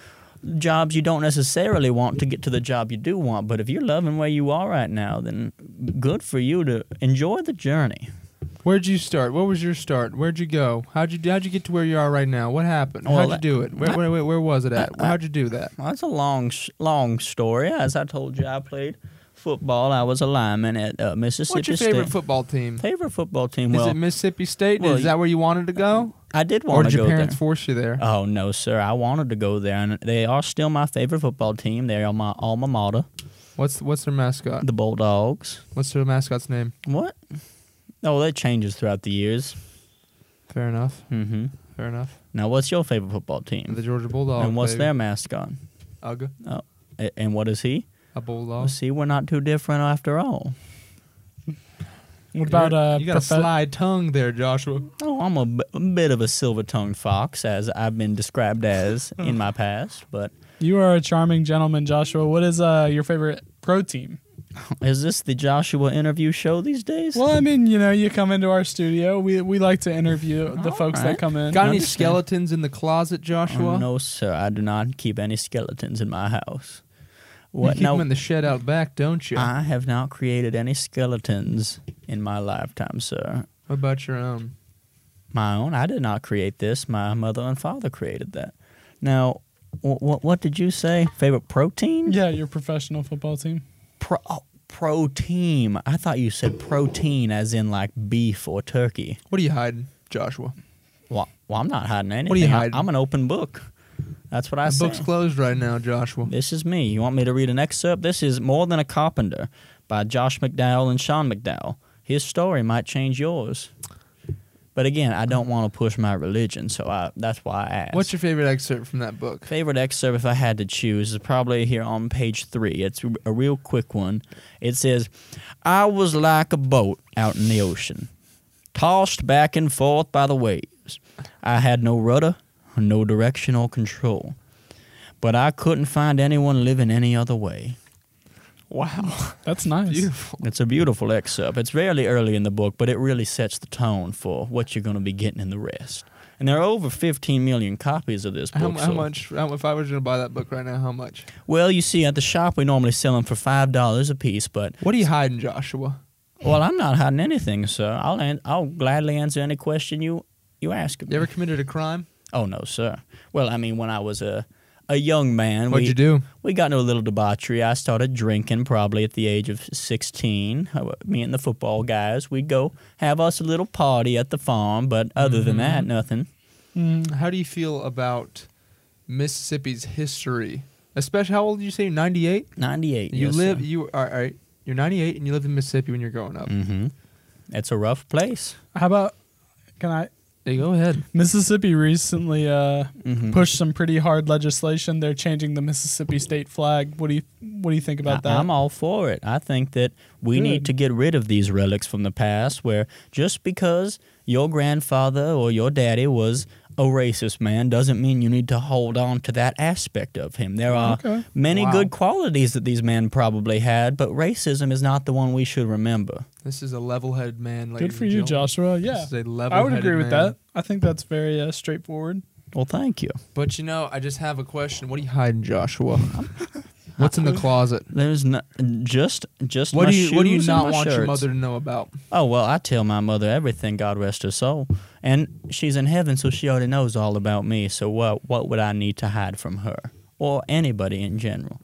A: jobs you don't necessarily want to get to the job you do want. But if you're loving where you are right now, then good for you to enjoy the journey.
C: Where'd you start? What was your start? Where'd you go? How'd you how'd you get to where you are right now? What happened?
A: Well,
C: how'd you
A: that-
C: do it? Where, where, where, where was it at? How'd you do that?
A: Well, that's a long, s- long story. As I told you, I played football. I was a lineman at uh, Mississippi
C: What's your
A: State.
C: favorite football team?
A: favorite football team?
C: Is
A: well,
C: it Mississippi State?
A: well,
C: Is that where you wanted to go?
A: I did
C: Or
A: want
C: did
A: to
C: your
A: go
C: parents
A: there.
C: force you there?
A: oh no, sir! I wanted to go there, and they are still my favorite football team. They are my alma mater,
C: What's what's their mascot?
A: the Bulldogs.
C: What's their mascot's name?
A: What? Oh, that changes throughout the years.
C: Fair enough.
A: hmm
C: Fair enough.
A: Now, what's your favorite football
C: The
A: team?
C: Georgia Bulldogs.
A: and what's
C: baby.
A: their mascot? Oh,
C: Ugga.
A: A- And what is he?
C: A
A: Well,
C: bulldog.
A: see, we're not too different after all.
B: What about uh,
C: you got
B: profe-
C: a sly tongue there, Joshua.
A: Oh, I'm a b- bit of a silver-tongued fox, as I've been described as in my past. But
B: You are a charming gentleman, Joshua. What is uh, your favorite pro team?
A: is this the Joshua interview show these days?
B: Well, I mean, you know, you come into our studio. We we like to interview the
A: All
B: folks
A: right.
B: that come in.
C: Got any
A: understand.
C: skeletons in the closet, Joshua?
A: Oh, no, sir. I do not keep any skeletons in my house.
C: You
A: What? Uh-huh.
C: keep them
A: No,
C: in the shed out back, don't you?
A: I have not created any skeletons in my lifetime, sir.
C: what about your um, own?
A: My own. I did not create this. My mother and father created that. Now, wh- wh- what did you say? Favorite protein?
B: Yeah, your professional football team.
A: Pro, oh, pro team. I thought you said protein, as in like beef or turkey.
C: What are you hiding, Joshua?
A: Well, well I'm not hiding anything.
C: What are you
A: I-
C: hiding?
A: I'm an open book. That's what I
C: The
A: said.
C: book's closed right now, Joshua.
A: This is me. You want me to read an excerpt? This is More Than a Carpenter by Josh McDowell and Sean McDowell. His story might change yours. But again, I don't want to push my religion, so I, that's why I asked.
C: What's your favorite excerpt from that book?
A: favorite excerpt if I had to choose is probably here on page three. It's a real quick one. It says, I was like a boat out in the ocean, tossed back and forth by the waves. I had no rudder, no direction or control, but I couldn't find anyone living any other way. Wow.
B: That's nice.
C: Beautiful.
A: It's a beautiful excerpt. It's fairly early in the book, but it really sets the tone for what you're going to be getting in the rest. And there are over 15 million copies of this book.
C: How, mu- how
A: so-
C: much? How, if I was going to buy that book right now, how much?
A: Well, you see, at the shop we normally sell them for five dollars a piece, but
C: What are you hiding, Joshua?
A: well, I'm not hiding anything, sir. I'll an- I'll gladly answer any question you you ask of me.
C: You ever committed a crime?
A: oh no, sir. Well, I mean, when I was a a young man,
C: What'd
A: we
C: you do?
A: we got into a little debauchery. I started drinking probably at the age of sixteen. I w- Me and the football guys, we'd go have us a little party at the farm, but other than
C: Mm-hmm.
A: that, nothing.
B: Mm.
C: How do you feel about Mississippi's history? Especially, how old did you say? Ninety eight.
A: Ninety eight.
C: You
A: yes,
C: live. You are. All right, you're ninety eight, and you lived in Mississippi when you're growing up.
A: Mm-hmm. It's a rough place.
B: How about can I?
C: Hey, go ahead.
B: Mississippi recently uh,
C: Mm-hmm.
A: Mhm.
B: pushed some pretty hard legislation. They're changing the Mississippi state flag. What do you What do you think about
A: I-
B: that?
A: I'm all for it. I think that we need
B: Good.
A: to get rid of these relics from the past where just because your grandfather or your daddy was a racist man doesn't mean you need to hold on to that aspect of him. There are
B: Okay.
A: many
C: Wow.
A: good qualities that these men probably had, but racism is not the one we should remember.
C: This is a level headed man.
B: Good
C: ladies
B: for
C: and
B: you,
C: gentlemen.
B: Joshua. Yeah,
C: This is a level.
B: I would agree with that. I think that's very uh, straightforward.
A: Well, thank you.
C: But you know, I just have a question. What are you hiding, Joshua? What's in the closet?
A: There's not just just
C: What
A: my
C: do you What do you
A: shoes and
C: not
A: my
C: want your
A: shirts.
C: mother to know about?
A: Oh well, I tell my mother everything. God rest her soul, and she's in heaven, so she already knows all about me. So what what would I need to hide from her or anybody in general?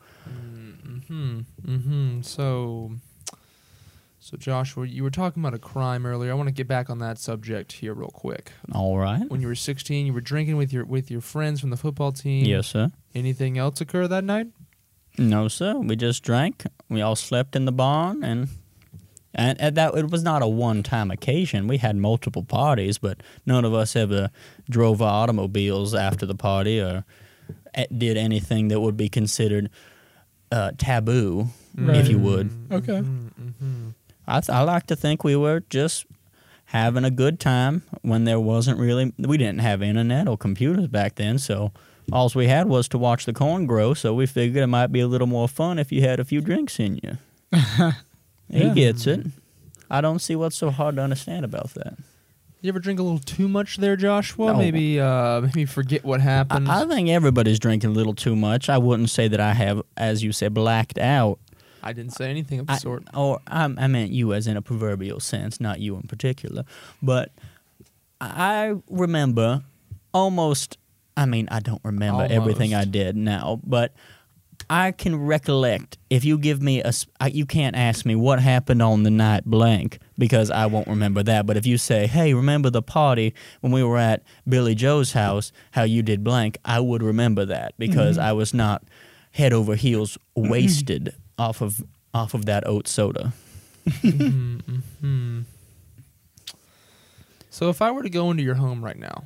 C: Hmm. Hmm. So. So Joshua, you were talking about a crime earlier. I want to get back on that subject here real quick.
A: All right.
C: When you were 16, you were drinking with your with your friends from the football team.
A: Yes, sir.
C: Anything else occur that night?
A: No, sir. We just drank. We all slept in the barn, and and, and that it was not a one time occasion. We had multiple parties, but none of us ever drove our automobiles after the party or eh, did anything that would be considered uh, taboo, if you
B: Right.
A: would.
B: Okay.
C: Mm-hmm.
A: I, th- I like to think we were just having a good time when there wasn't really we didn't have internet or computers back then so all we had was to watch the corn grow so we figured it might be a little more fun if you had a few drinks in you he
B: Yeah.
A: gets it i don't see what's so hard to understand about that
C: You ever drink a little too much there, Joshua?
A: No.
C: Maybe uh, maybe forget what happened.
A: I, I think everybody's drinking a little too much i wouldn't say that i have as you say blacked out
C: I didn't say anything of the
A: I,
C: sort.
A: Or um, I meant you as in a proverbial sense, not you in particular. But I remember almost. I mean, I don't remember everything I
C: Almost.
A: did now, but I can recollect. If you give me a, s- I- you can't ask me what happened on the night blank because I won't remember that. But if you say, "Hey, remember the party when we were at Billy Joe's house? How you did blank?" I would remember that because
C: Mm-hmm.
A: I was not head over heels wasted off of off of that oat soda.
C: Mhm, mhm. So if I were to go into your home right now,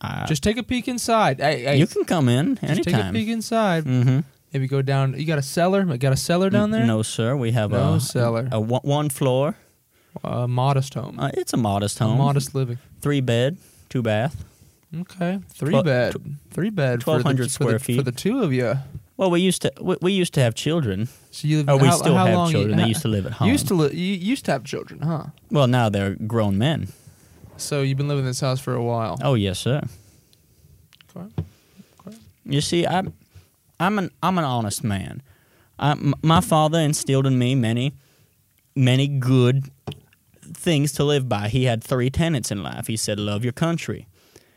A: I-
C: just take a peek inside. Hey, hey,
A: Ah. you can come in
C: just take a
A: anytime.
C: peek inside.
A: Mm-hmm.
C: Maybe go down. You got a cellar? You got a cellar down there?
A: No, sir. We have
C: No
A: a
C: cellar.
A: A, one, one floor.
C: A modest home.
A: Uh, it's a modest
C: a
A: home.
C: modest living.
A: Three bed, two bath.
C: Okay, three
A: Twel-
C: bed, three bed, for the-
A: 1,200
C: for the-
A: square feet.
C: for the two of you.
A: Well, we used to we, we used to have children.
C: So you live.
A: Or Oh, we
C: how,
A: still
C: how
A: have
C: long
A: children.
C: You,
A: they used to live at home.
C: Used to li- you used to have children, huh?
A: Well, now they're grown men.
C: So you've been living in this house for a while.
A: Oh yes, sir. Oh.
C: Okay.
A: You see, I, I'm an I'm an honest man. I, m- my father instilled in me many, many good things to live by. He had three tenets in life. He said, "Love your country."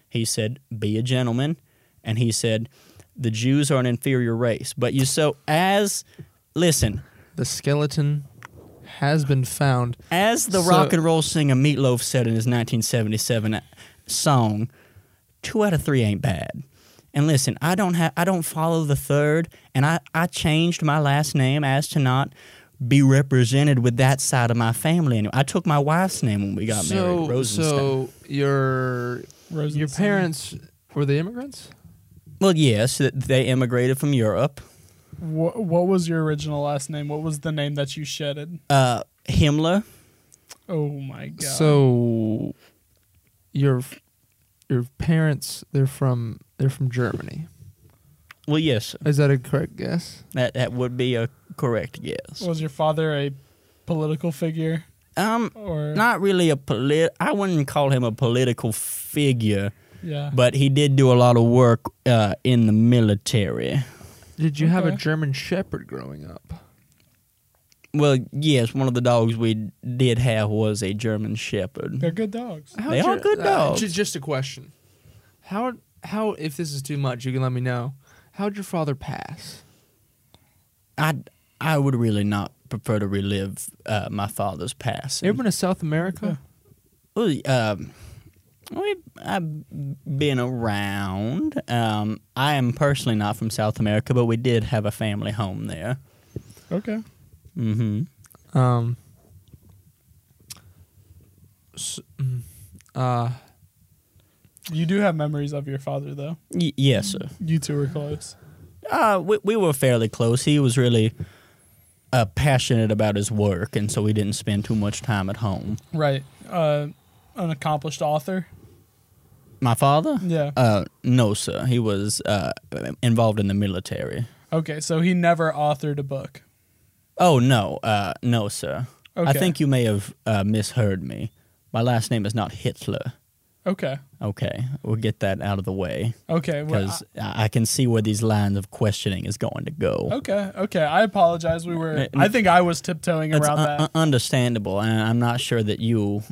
A: He said, "Be a gentleman," and he said, "The Jews are an inferior race." But you so as listen
C: The skeleton has been found.
A: as the
C: So-
A: rock and roll singer Meatloaf said in his 1977 song, two out of three ain't bad. And listen, I don't have, I don't follow the third, and I, I changed my last name as to not be represented with that side of my family anymore. I took my wife's name when we got
C: so
A: married, Rosenstein.
C: so your your
B: Rosenstein.
C: parents were they immigrants?
A: well, yes, th- they immigrated from Europe.
B: Wha- What, was your original last name? What was the name that you shedded?
A: Uh, Himmler,
B: Oh my god.
C: So your your parents they're from they're from Germany.
A: well, yes,
C: Is that a correct guess?
A: that that would be a correct guess.
B: was your father a political figure
A: Um,
B: or
A: not really a polit. I wouldn't call him a political figure.
B: Yeah.
A: but he did do a lot of work uh, in the military.
C: Did you have a
B: Okay.
C: German Shepherd growing up?
A: Well, yes, one of the dogs we did have was a German Shepherd.
B: they're good dogs.
C: How
A: They are
C: dr-
A: good dogs.
C: ju- just a question. How how if this is too much, you can let me know. How'd your father pass?
A: I, I would really not prefer to relive uh, my father's passing.
C: You ever been to South America?
A: Well, um, we, I've been around. Um, I am personally not from South America, but we did have a family home there.
B: Okay.
A: hmm
C: Um. s- mm, uh,
B: You do have memories of your father though.
A: Y- yes, sir.
B: You two were close.
A: Uh, we, we were fairly close. He was really uh, passionate about his work, and so we didn't spend too much time at home.
B: Right. Uh an accomplished author.
A: My father?
B: Yeah.
A: Uh, no, sir. He was uh, involved in the military.
B: Okay, so he never authored a book.
A: Oh, no. Uh, no, sir. I
B: Okay.
A: think you may have uh, misheard me. My last name is not Hitler.
B: Okay.
A: Okay, we'll get that out of the way
B: Okay. Well,
A: because I-, I can see where these lines of questioning is going to go.
B: I- okay. Okay. I apologize. We were.
A: N- uh,
B: I think I was tiptoeing
A: That's
B: around
A: un-
B: that.
A: un- understandable, and I'm not sure that you.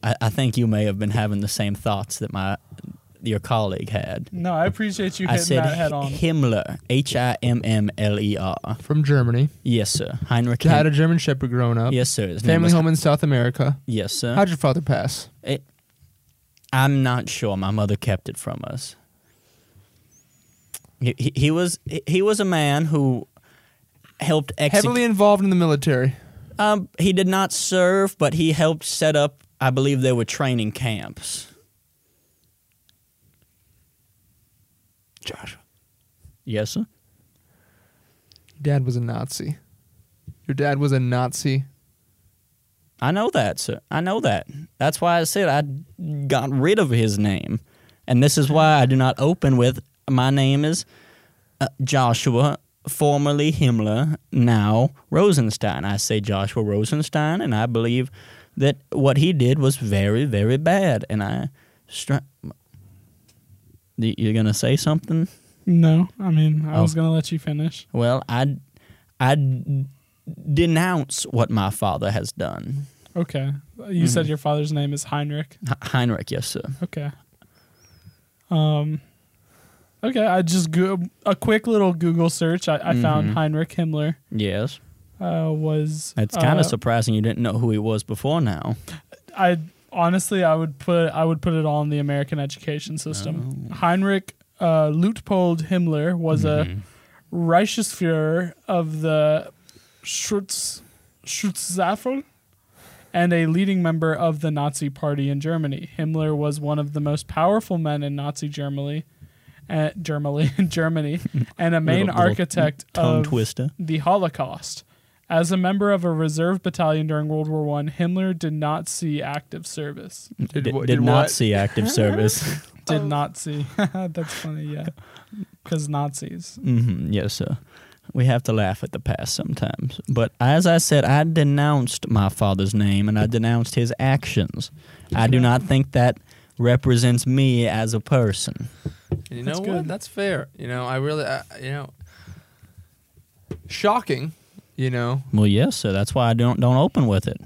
A: I, I think you may have been having the same thoughts that my your colleague had.
B: No, I appreciate you
A: I
B: hitting
A: said
B: that head on.
A: Himmler, H I M M L E R.
C: from Germany.
A: Yes, sir. Heinrich.
C: You had a
A: Himm-
C: German Shepherd growing up.
A: yes, sir. His name
C: Family
A: was-
C: home in South America.
A: Yes, sir.
C: How'd your father pass?
A: It- I'm not sure. My mother kept it from us. He, he, he was he, he was a man who helped execute.
C: Heavily involved in the military.
A: Um, he did not serve, but he helped set up. I believe there were training camps.
C: Joshua.
A: Yes, sir.
C: Dad was a Nazi. Your dad was a Nazi.
A: I know that, sir. I know that. That's why I said I got rid of his name, and this is why I do not open with my name is uh, Joshua, formerly Himmler, now Rosenstein. I say Joshua Rosenstein, and I believe that what he did was very, very bad. And I, str- You- you're gonna say something?
B: No, I mean I
A: Oh.
B: was gonna let you finish.
A: Well, I, I denounce what my father has done.
B: Okay. You
A: Mm-hmm.
B: said your father's name is Heinrich.
A: H- Heinrich, yes, sir.
B: Okay. Um. Okay, I just go- a quick little Google search. I, I found
A: Mhm.
B: Heinrich Himmler
A: Yes.
B: uh, was.
A: It's kind
B: uh,
A: of surprising you didn't know who he was before now.
B: I honestly, I would put I would put it on the American education
A: Oh.
B: system. Heinrich uh, Luitpold Himmler was
A: Mm-hmm.
B: a Reichsfuhrer of the Schutz Schutzstaffel and a leading member of the Nazi Party in Germany. Himmler was one of the most powerful men in Nazi Germany, uh, Germany, Germany, and a main
A: Little- little
B: architect
A: Tongue
B: of
A: twister.
B: the Holocaust. As a member of a reserve battalion during World War One, Himmler did not see active service.
A: Did,
C: what-
A: did
C: did
A: not
C: what?
A: see active service.
B: Did not see. That's funny, yeah. Because Nazis.
A: hmm yes, sir. We have to laugh at the past sometimes. But as I said, I denounced my father's name and I denounced his actions. I do not think that represents me as a person.
C: And you
B: That's
C: know
B: good.
C: what? That's fair. You know, I really, I, you know, shocking. You know,
A: Well, yes, sir. That's why I don't don't open with it.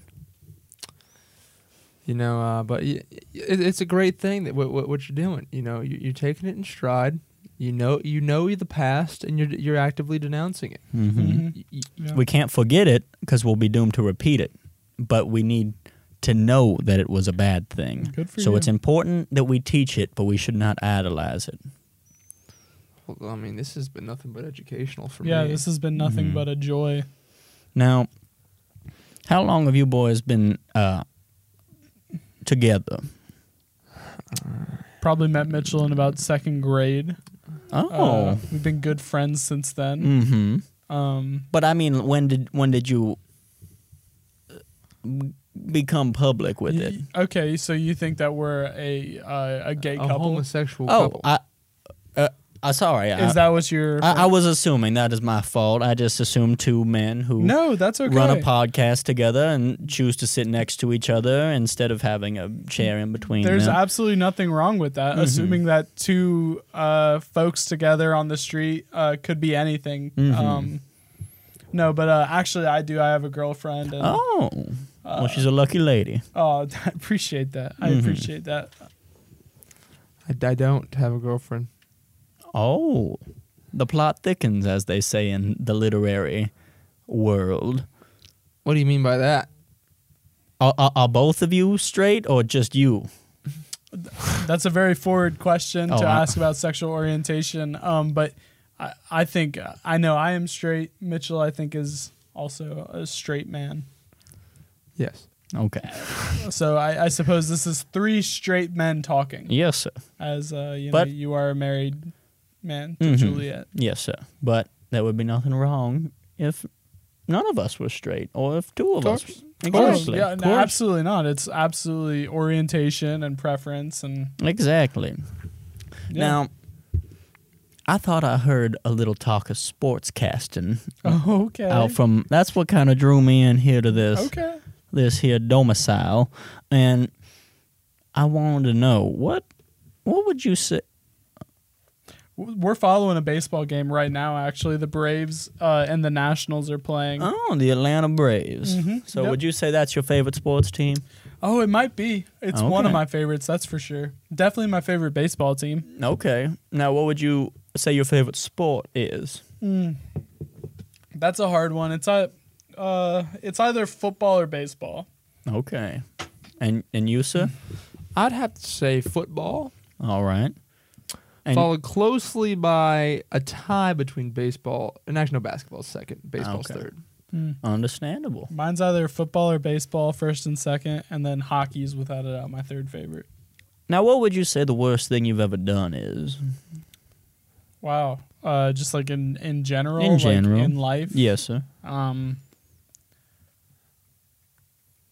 C: you know, uh, but y- y- it, it's a great thing that what, what, what you're doing. You know, you, you're taking it in stride. You know, you know the past, and you're you're actively denouncing it.
A: hmm
B: Mhm.
C: Y- y-
B: Yeah.
A: We can't forget it because we'll be doomed to repeat it. But we need to know that it was a bad thing.
B: Good for
A: so
B: you.
A: it's important that we teach it, but we should not idolize it.
C: Well, I mean, this has been nothing but educational for
B: yeah,
C: me.
B: this has been nothing
A: Mhm.
B: but a joy.
A: Now, how long have you boys been uh, together?
B: Probably met Mitchell in about second grade.
A: Oh,
B: Uh, we've been good friends since then.
A: mm-hmm.
B: Um,
A: But I mean, when did when did you uh, b- become public with
B: y-
A: it?
B: Okay, so you think that we're a uh, a gay
C: a
B: couple?
C: homosexual
A: Oh,
C: couple.
A: I, uh, I sorry. I,
B: Is that what you're?
A: I, I was assuming that is my fault. I just assumed two men who
B: no, that's okay.
A: run a podcast together and choose to sit next to each other instead of having a chair in between
B: There's
A: them.
B: absolutely nothing wrong with that,
A: Mm-hmm.
B: assuming that two uh, folks together on the street uh, could be anything.
A: Mhm.
B: Um, no, but uh, actually, I do. I have a girlfriend. And, oh.
A: oh, well, she's a lucky lady.
B: I appreciate that. I
A: Mhm.
B: appreciate that.
C: I, I don't have a girlfriend.
A: Oh, the plot thickens, as they say in the literary world.
C: What do you mean by that?
A: Are, are, are both of you straight or just you?
B: That's a very forward question
A: Oh,
B: to
A: I-
B: ask about sexual orientation. Um, but I, I think I know I am straight. Mitchell, I think, is also a straight man.
C: Yes.
A: Okay.
B: So I, I suppose this is three straight men talking.
A: Yes, sir.
B: as uh, you
A: But-
B: know, you are a married man to
A: Mhm.
B: Juliet.
A: Yes, sir. But there would be nothing wrong if none of us were straight or if two of us.
C: Course.
B: course,
A: Exactly.
B: yeah,
A: Of
B: no,
A: course.
B: absolutely not. It's absolutely orientation and preference, and
A: Exactly.
B: yeah.
A: Now, I thought I heard a little talk of sports casting
B: Oh, okay,
A: out from. That's what kind of drew me in here to this.
B: okay,
A: this here domicile, and I wanted to know what what would you say?
B: W- we're following a baseball game right now. Actually, the Braves uh, and the Nationals are playing.
A: Oh, the Atlanta Braves.
B: Mhm,
A: So
B: yep.
A: would you say that's your favorite sports team?
B: Oh, it might be. It's
A: Okay.
B: one of my favorites. That's for sure. Definitely my favorite baseball team.
A: Okay. Now, what would you say your favorite sport is?
B: That's a hard one. It's a, uh, it's either football or baseball.
A: Okay. And and you sir?
B: Mm-hmm.
C: I'd have to say football,
A: All right. And
C: followed closely by a tie between baseball and actually no basketball's second, baseball's
A: Okay.
C: third.
A: understandable.
B: Mine's either football or baseball, first and second, and then hockey's without a doubt my third favorite.
A: Now, what would you say the worst thing you've ever done is?
B: Wow. Uh, just like in in general,
A: In
B: like,
A: general.
B: in life.
A: Yes, sir.
B: Um.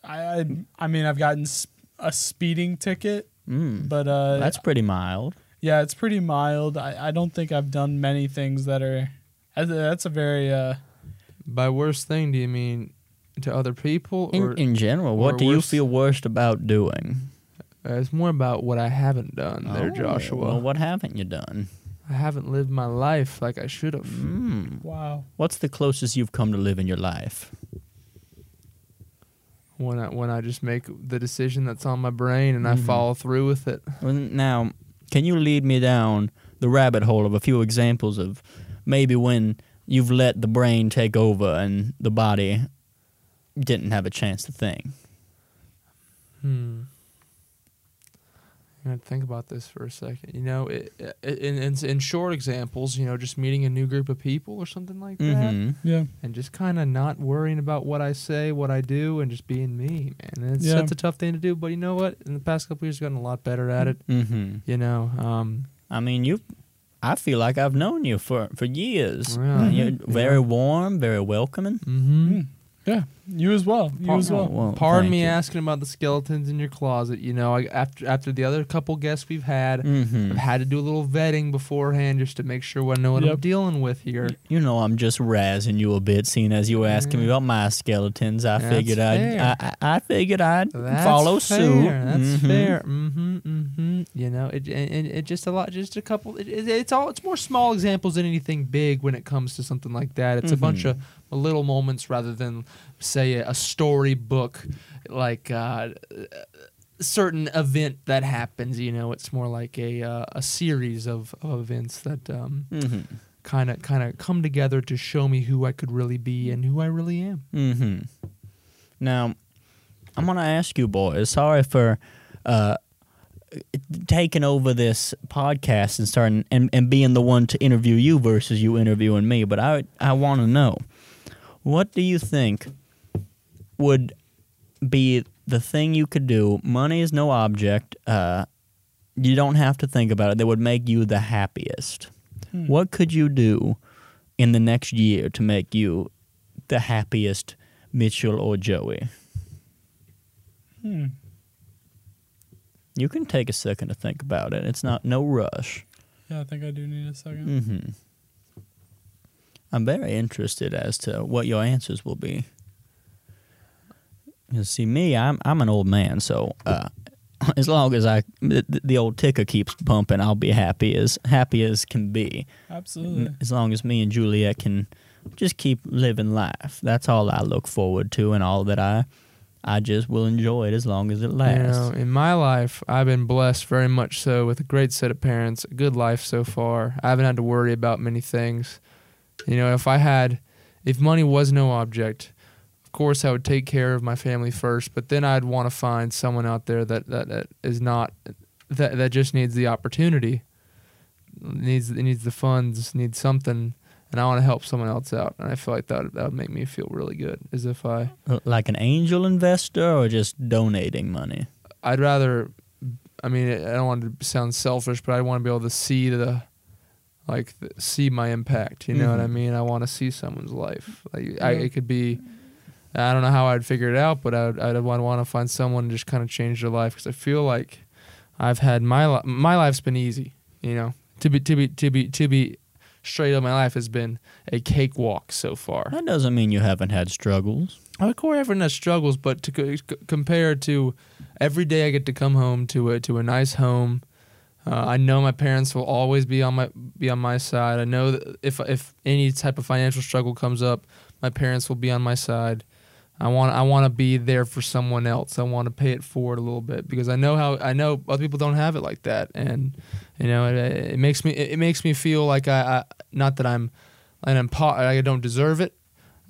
B: I I, I mean I've gotten sp- a speeding ticket,
A: Mm.
B: but uh,
A: That's pretty mild.
B: yeah, it's pretty mild. I, I don't think I've done many things that are. I th- That's a very uh.
C: By worst thing, do you mean to other people,
A: In,
C: or
A: in general, what
C: or
A: do you
C: worse-
A: feel worst about doing?
C: uh, it's more about what I haven't done there,
A: Oh,
C: Joshua?
A: Well, what haven't you done?
C: I I haven't lived my life like I should have.
B: Mm-hmm.
A: Mm.
B: Wow.
A: What's the closest you've come to live in your life?
C: When I when I just make the decision that's on my brain and I
B: Mm-hmm.
A: Mhm.
C: follow through with it.
A: Well, Now, can you lead me down the rabbit hole of a few examples of maybe when you've let the brain take over and the body didn't have a chance to think?
C: Hmm. I'm gonna think about this for a second. You know, it, it, in, in in short examples, you know, just meeting a new group of people or something like that,
A: hmm
B: Yeah.
C: and just kind of not worrying about what I say, what I do, and just being me, man. And it's
B: Yeah.
C: that's a tough thing to do, but you know what? In the past couple years, I've gotten a lot better at it.
B: Mm-hmm.
A: hmm
C: You know, um,
A: I mean, you. I feel like I've known you for for years.
C: Yeah.
A: You're
C: Mhm.
A: very
C: Yeah.
A: warm, very welcoming.
C: hmm
B: Mm. Yeah. You as well. You
C: Oh,
B: as well.
C: Pardon me asking about the skeletons in your closet. You know, I, after after the other couple guests we've had,
A: Mm-hmm.
C: I've had to do a little vetting beforehand just to make sure I know what I'm
B: Yep.
C: dealing with here.
A: You know, I'm just razzing you a bit, seeing as you were asking me
C: Yeah.
A: about my skeletons. I
C: That's
A: figured I'd,
C: fair.
A: I, I, I figured I'd
C: That's
A: follow
C: fair.
A: suit.
C: That's
A: Mhm.
C: fair. Mm-hmm. Mm-hmm. You know, it, and, and it just a lot, just a couple. It, it- it's all. It's more small examples than anything big when it comes to something like that. It's a bunch
A: Mhm.
C: of little moments rather than, say, a, a storybook, like uh, a certain event that happens. You know, it's more like a uh, a series of, of events that um
A: Mhm.
C: kind of kind of come together to show me who I could really be and who I really am.
A: hmm Now, I'm going to ask you, boys. Sorry for uh, taking over this podcast and starting and, and being the one to interview you versus you interviewing me. But I I want to know what do you think would be the thing you could do? Money is no object. Uh, you don't have to think about it. That would make you the happiest.
B: Hmm.
A: What could you do in the next year to make you the happiest Mitchell or Joey?
B: Hmm.
A: You can take a second to think about it. It's not no rush.
B: Yeah, I think I do need a second.
A: hmm I'm very interested as to what your answers will be. 'Cause see, me, I'm I'm an old man, so uh, as long as I the, the old ticker keeps pumping, I'll be happy as happy as can be.
B: Absolutely.
A: as long as me and Juliet can just keep living life. That's all I look forward to, and all that I, I just will enjoy it as long as it lasts.
C: You know, in my life, I've been blessed very much so with a great set of parents, a good life so far. I haven't had to worry about many things. You know, if I had, if money was no object, of course I would take care of my family first, but then I'd want to find someone out there that, that, that is not, that, that just needs the opportunity, needs, needs the funds, needs something. And I want to help someone else out. And I feel like that, that would make me feel really good, as if I,
A: L- Like an angel investor, or just donating money.
C: I'd rather. I mean, I don't want to sound selfish, but I want to be able to see the, like, th see my impact. You know what I
A: Mhm.
C: mean? I want to see someone's life. Like, I,
B: Yeah.
C: it could be. I don't know how I'd figure it out, but I'd I'd want want to find someone and just kind of change their life because I feel like I've had my li- my life's been easy. You know, to be to be to be to be straight up, my life has been a cakewalk so far.
A: That doesn't mean you haven't had struggles.
C: Of course, everyone has struggles, but to co- c- compare to every day I get to come home to a to a nice home, uh, I know my parents will always be on my be on my side. I know that if if any type of financial struggle comes up, my parents will be on my side. I want I want to be there for someone else. I want to pay it forward a little bit because I know how I know other people don't have it like that, and you know it, it makes me it, it makes me feel like I, I not that I'm and I'm po- I don't deserve it.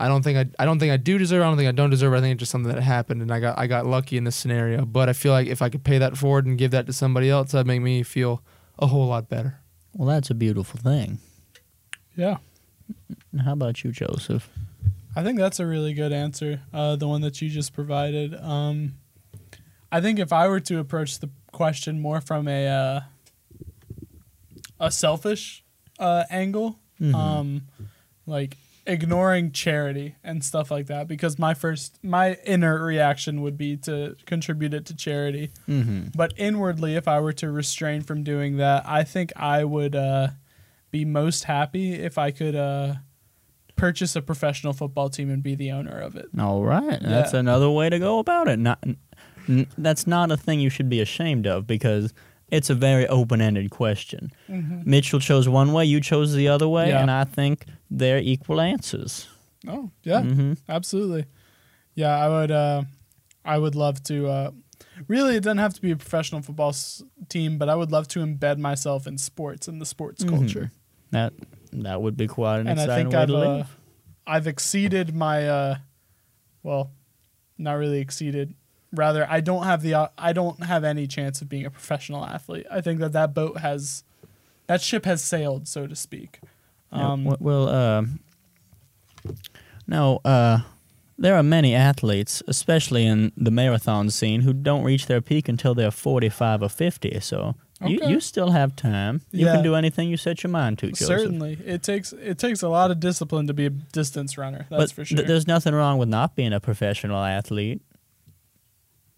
C: I don't think I, I don't think I do deserve. it. I don't think I don't deserve. it. I think it's just something that happened, and I got I got lucky in this scenario. But I feel like if I could pay that forward and give that to somebody else, that'd make me feel a whole lot better.
A: Well, that's a beautiful thing.
B: Yeah.
A: How about you, Joseph?
B: I think that's a really good answer, uh, the one that you just provided. Um, I think if I were to approach the question more from a uh, a selfish uh, angle,
A: Mhm.
B: um, like ignoring charity and stuff like that, because my first my inner reaction would be to contribute it to charity.
A: Mm-hmm.
B: But inwardly, if I were to restrain from doing that, I think I would uh, be most happy if I could uh, purchase a professional football team and be the owner of it.
A: All right, that's another way to go about it. Not, n- that's not a thing you should be ashamed of because it's a very open ended question.
B: Mhm.
A: Mitchell chose one way, you chose the other way,
B: Yeah.
A: and I think they're equal answers.
B: Oh yeah,
A: Mhm.
B: absolutely. Yeah, I would. Uh, I would love to. Uh, really, it doesn't have to be a professional football s- team, but I would love to embed myself in sports and the sports
A: Mhm.
B: culture.
A: That that would be quite an
B: and I
A: exciting
B: think
A: way
B: I've
A: to
B: uh,
A: live.
B: I've exceeded my. Uh, well, not really exceeded. Rather, I don't have the. o- I don't have any chance of being a professional athlete. I think that that boat has, that ship has sailed, so to speak.
A: Yeah,
B: Um,
A: w- well, uh, no, uh, there are many athletes, especially in the marathon scene, who don't reach their peak until they're 45 or 50. So you,
B: Okay.
A: you still have time. You
B: Yeah.
A: can do anything you set your mind to, Joseph.
B: Certainly, it takes it takes a lot of discipline to be a distance runner.
A: But
B: That's for sure.
A: th- there's nothing wrong with not being a professional athlete.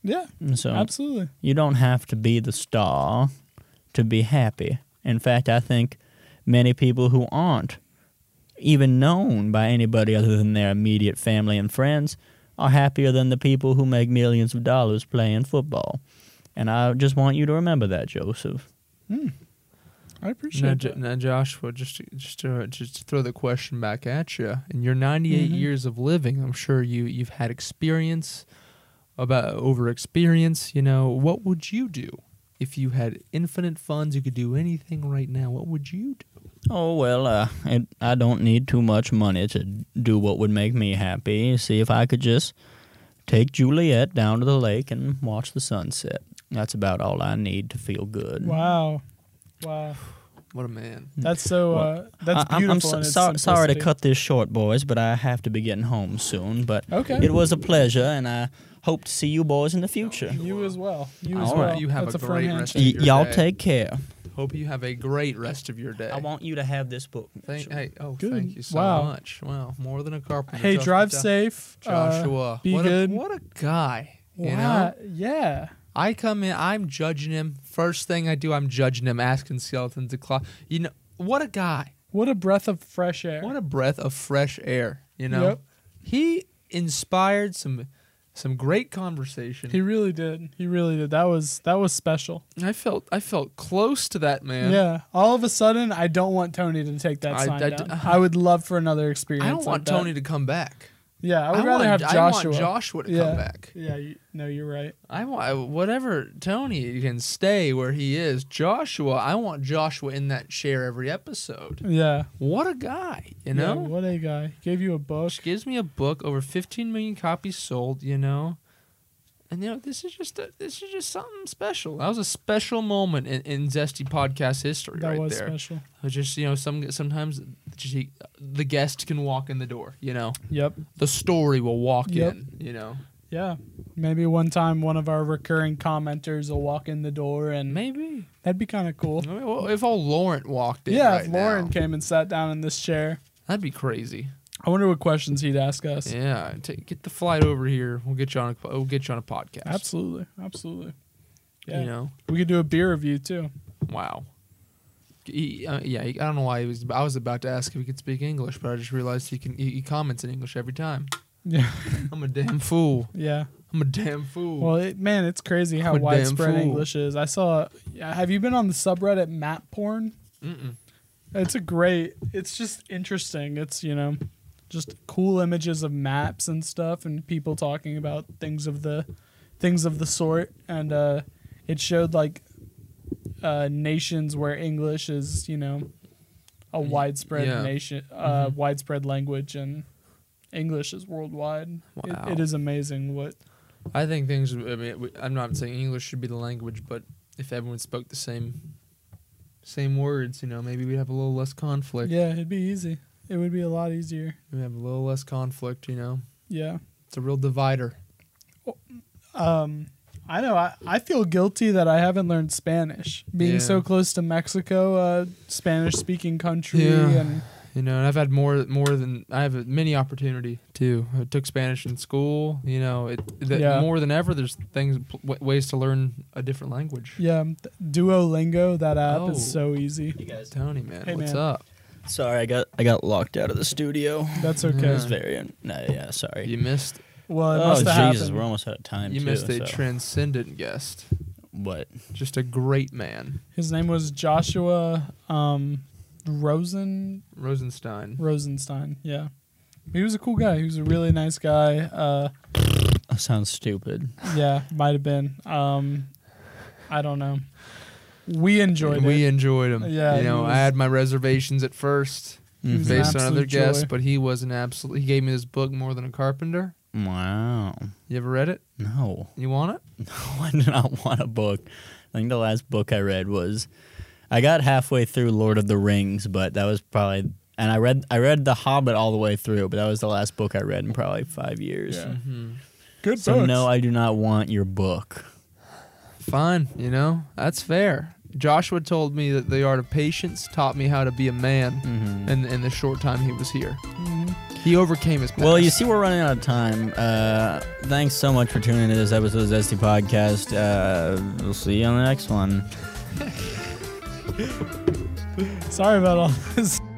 B: yeah,
A: And So
B: absolutely.
A: you don't have to be the star to be happy. In fact, I think many people who aren't even known by anybody other than their immediate family and friends are happier than the people who make millions of dollars playing football. And I just want you to remember that, Joseph.
B: Hmm. I
C: Now,
B: appreciate
C: Jo-
B: that.
C: now, Joshua, just to- just to, just to throw the question back at you. In your 98
B: Mhm.
C: years of living, I'm sure you you've had experience about over experience. You know, what would you do if you had infinite funds? You could do anything right now. What would you do?
A: Oh, well, uh, it, I don't need too much money to do what would make me happy. See if I could just take Juliet down to the lake and watch the sunset. That's about all I need to feel good.
B: Wow, wow,
C: What a man!
B: that's so. Uh, that's
A: Hmm. I- I'm-
B: beautiful.
A: I'm,
B: in its
A: so- sorry, sorry to
B: simplicity.
A: cut this short, boys, but I have to be getting home soon. But
B: Okay.
A: it was a pleasure, and I hope to see you boys in the future.
B: You as well. You
A: All
B: as
A: right.
B: well.
C: You have
B: that's
C: a
B: firm
C: great
B: handshake.
C: rest
A: Y-
C: Your
A: y'all
C: day.
A: take care.
C: Hope you have a great rest of your day.
A: I want you to have this book.
C: Thank,
A: Mitchell.
C: hey, oh,
B: Good.
C: thank you so
B: Wow.
C: much. Wow, more than a carpenter.
B: Hey,
C: Joshua-
B: drive
C: Jo-
B: safe, uh,
C: Joshua.
B: be
C: what
B: good.
C: A, what a guy. You know,
B: wow. Yeah.
C: I come in, I'm judging him. First thing I do, I'm judging him, asking skeletons to claw. You know, what a guy.
B: What a breath of fresh air.
C: What a breath of fresh air. You know,
B: Yep.
C: he inspired some some great conversation.
B: he really did. He really did. That was that was special.
C: I felt I felt close to that
B: Yeah.
C: man.
B: All of a sudden, I don't want Tony to take that
C: I-
B: sign
C: I d- uh,
B: down. I would love for another experience.
C: I don't want
B: like that.
C: Tony to come back.
B: Yeah, I would rather
C: want,
B: have Joshua.
C: I want Joshua to
B: Yeah.
C: come back.
B: Yeah, you, no, you're right.
C: I want I- whatever Tony can stay where he is. Joshua, I want Joshua in that chair every episode.
B: Yeah,
C: What a guy, you
B: Yeah,
C: know.
B: what a guy He gave you a book.
C: Which gives me a book over 15 million copies sold, you know. And you know, this is just a, this is just something special. That was a special moment in, in Zesty podcast history,
B: That
C: right
B: was
C: there.
B: special.
C: It was just you know, some sometimes just, he- the guest can walk in the door, you know.
B: Yep.
C: The story will walk
B: Yep.
C: in, you know.
B: Yeah. Maybe one time one of our recurring commenters will walk in the door, and
C: Maybe
B: that'd be kind of cool.
C: I mean, well, if old Laurent walked in,
B: Yeah,
C: right
B: if Lauren
C: now,
B: came and sat down in this chair,
C: that'd be crazy.
B: I wonder what questions he'd ask us.
C: Yeah, ta get the flight over here. We'll get you on. A, we'll get you on a podcast.
B: Absolutely, absolutely. Yeah,
C: You know.
B: we could do a beer review too.
C: Wow. He, uh, yeah, he, I don't know why he was. I was about to ask if he could speak English, but I just realized he can. He, he comments in English every time.
B: Yeah,
C: I'm a damn fool.
B: yeah.
C: I'm a damn fool.
B: Well, it, man, it's crazy how
C: I'm a damn
B: widespread
C: fool.
B: English is. I saw. yeah, Have you been on the subreddit map porn?
C: Mm-mm.
B: It's a great. It's just interesting. It's you know, just cool images of maps and stuff, and people talking about things of the, things of the sort, and uh, it showed like, uh, nations where English is you know, a widespread
C: yeah.
B: nation, uh,
C: Mhm.
B: widespread language, and English is worldwide. It-
C: Wow.
B: it is amazing what.
C: I think things. I mean, we- I'm not saying English should be the language, but if everyone spoke the same, same words, you know, maybe we'd have a little less conflict.
B: Yeah, it'd be easy. It would be a lot easier.
C: We'd have a little less conflict. You know,
B: Yeah.
C: it's a real divider.
B: um I know. I, I feel guilty that I haven't learned Spanish. Being
C: Yeah.
B: so close to Mexico, uh, Spanish speaking country,
C: Yeah.
B: and
C: You know, and I've had more more than I have many opportunity too. I took Spanish in school. You know, it that
B: Yeah.
C: more than ever. There's things pl- w- ways to learn a different language.
B: yeah, th- Duolingo. That app
C: Oh.
B: is so easy.
A: You guys.
C: Tony, man,
B: Hey,
C: what's
B: man.
C: up?
A: Sorry, I got I got locked out of the studio.
B: That's
A: It
B: okay.
A: was very un- no, yeah, sorry.
C: You missed.
B: Well, it
A: oh
B: must have
A: Jesus,
B: happened.
A: we're almost out of time.
C: You
A: too,
C: missed a
A: so.
C: transcendent guest.
A: What?
C: Just a great man,
B: His name was Joshua um, Rosen
C: Rosenstein.
B: Rosenstein. Yeah, he was a cool guy. He was a really nice guy. Uh,
A: sounds stupid.
B: yeah, might have been. Um, I don't know. We enjoyed
C: we
B: it.
C: enjoyed him.
B: Yeah,
C: you
B: he
C: know,
B: was-
C: I had my reservations at first
B: He was an
C: based on
B: absolute
C: other guests,
B: joy.
C: but he was an absolute. He gave me this book more than a carpenter.
A: Wow.
C: You ever read it?
A: No.
C: You want it?
A: I do not want a book. I think the last book I read was I got halfway through Lord of the Rings, but that was probably and I read I read The Hobbit all the way through, but that was the last book I read in probably five years.
B: Yeah.
C: Mm-hmm.
B: Good
A: So
B: books.
A: no, I do not want your book.
C: Fine, you know that's fair. Joshua told me that the art of patience taught me how to be a man,
A: Mm-hmm.
C: in, in the short time he was here,
B: Mhm.
C: he overcame his. Past.
A: Well, you see, we're running out of time. Uh, thanks so much for tuning into this episode of the Zesty Podcast. Uh, we'll see you on the next one.
B: Sorry about all this.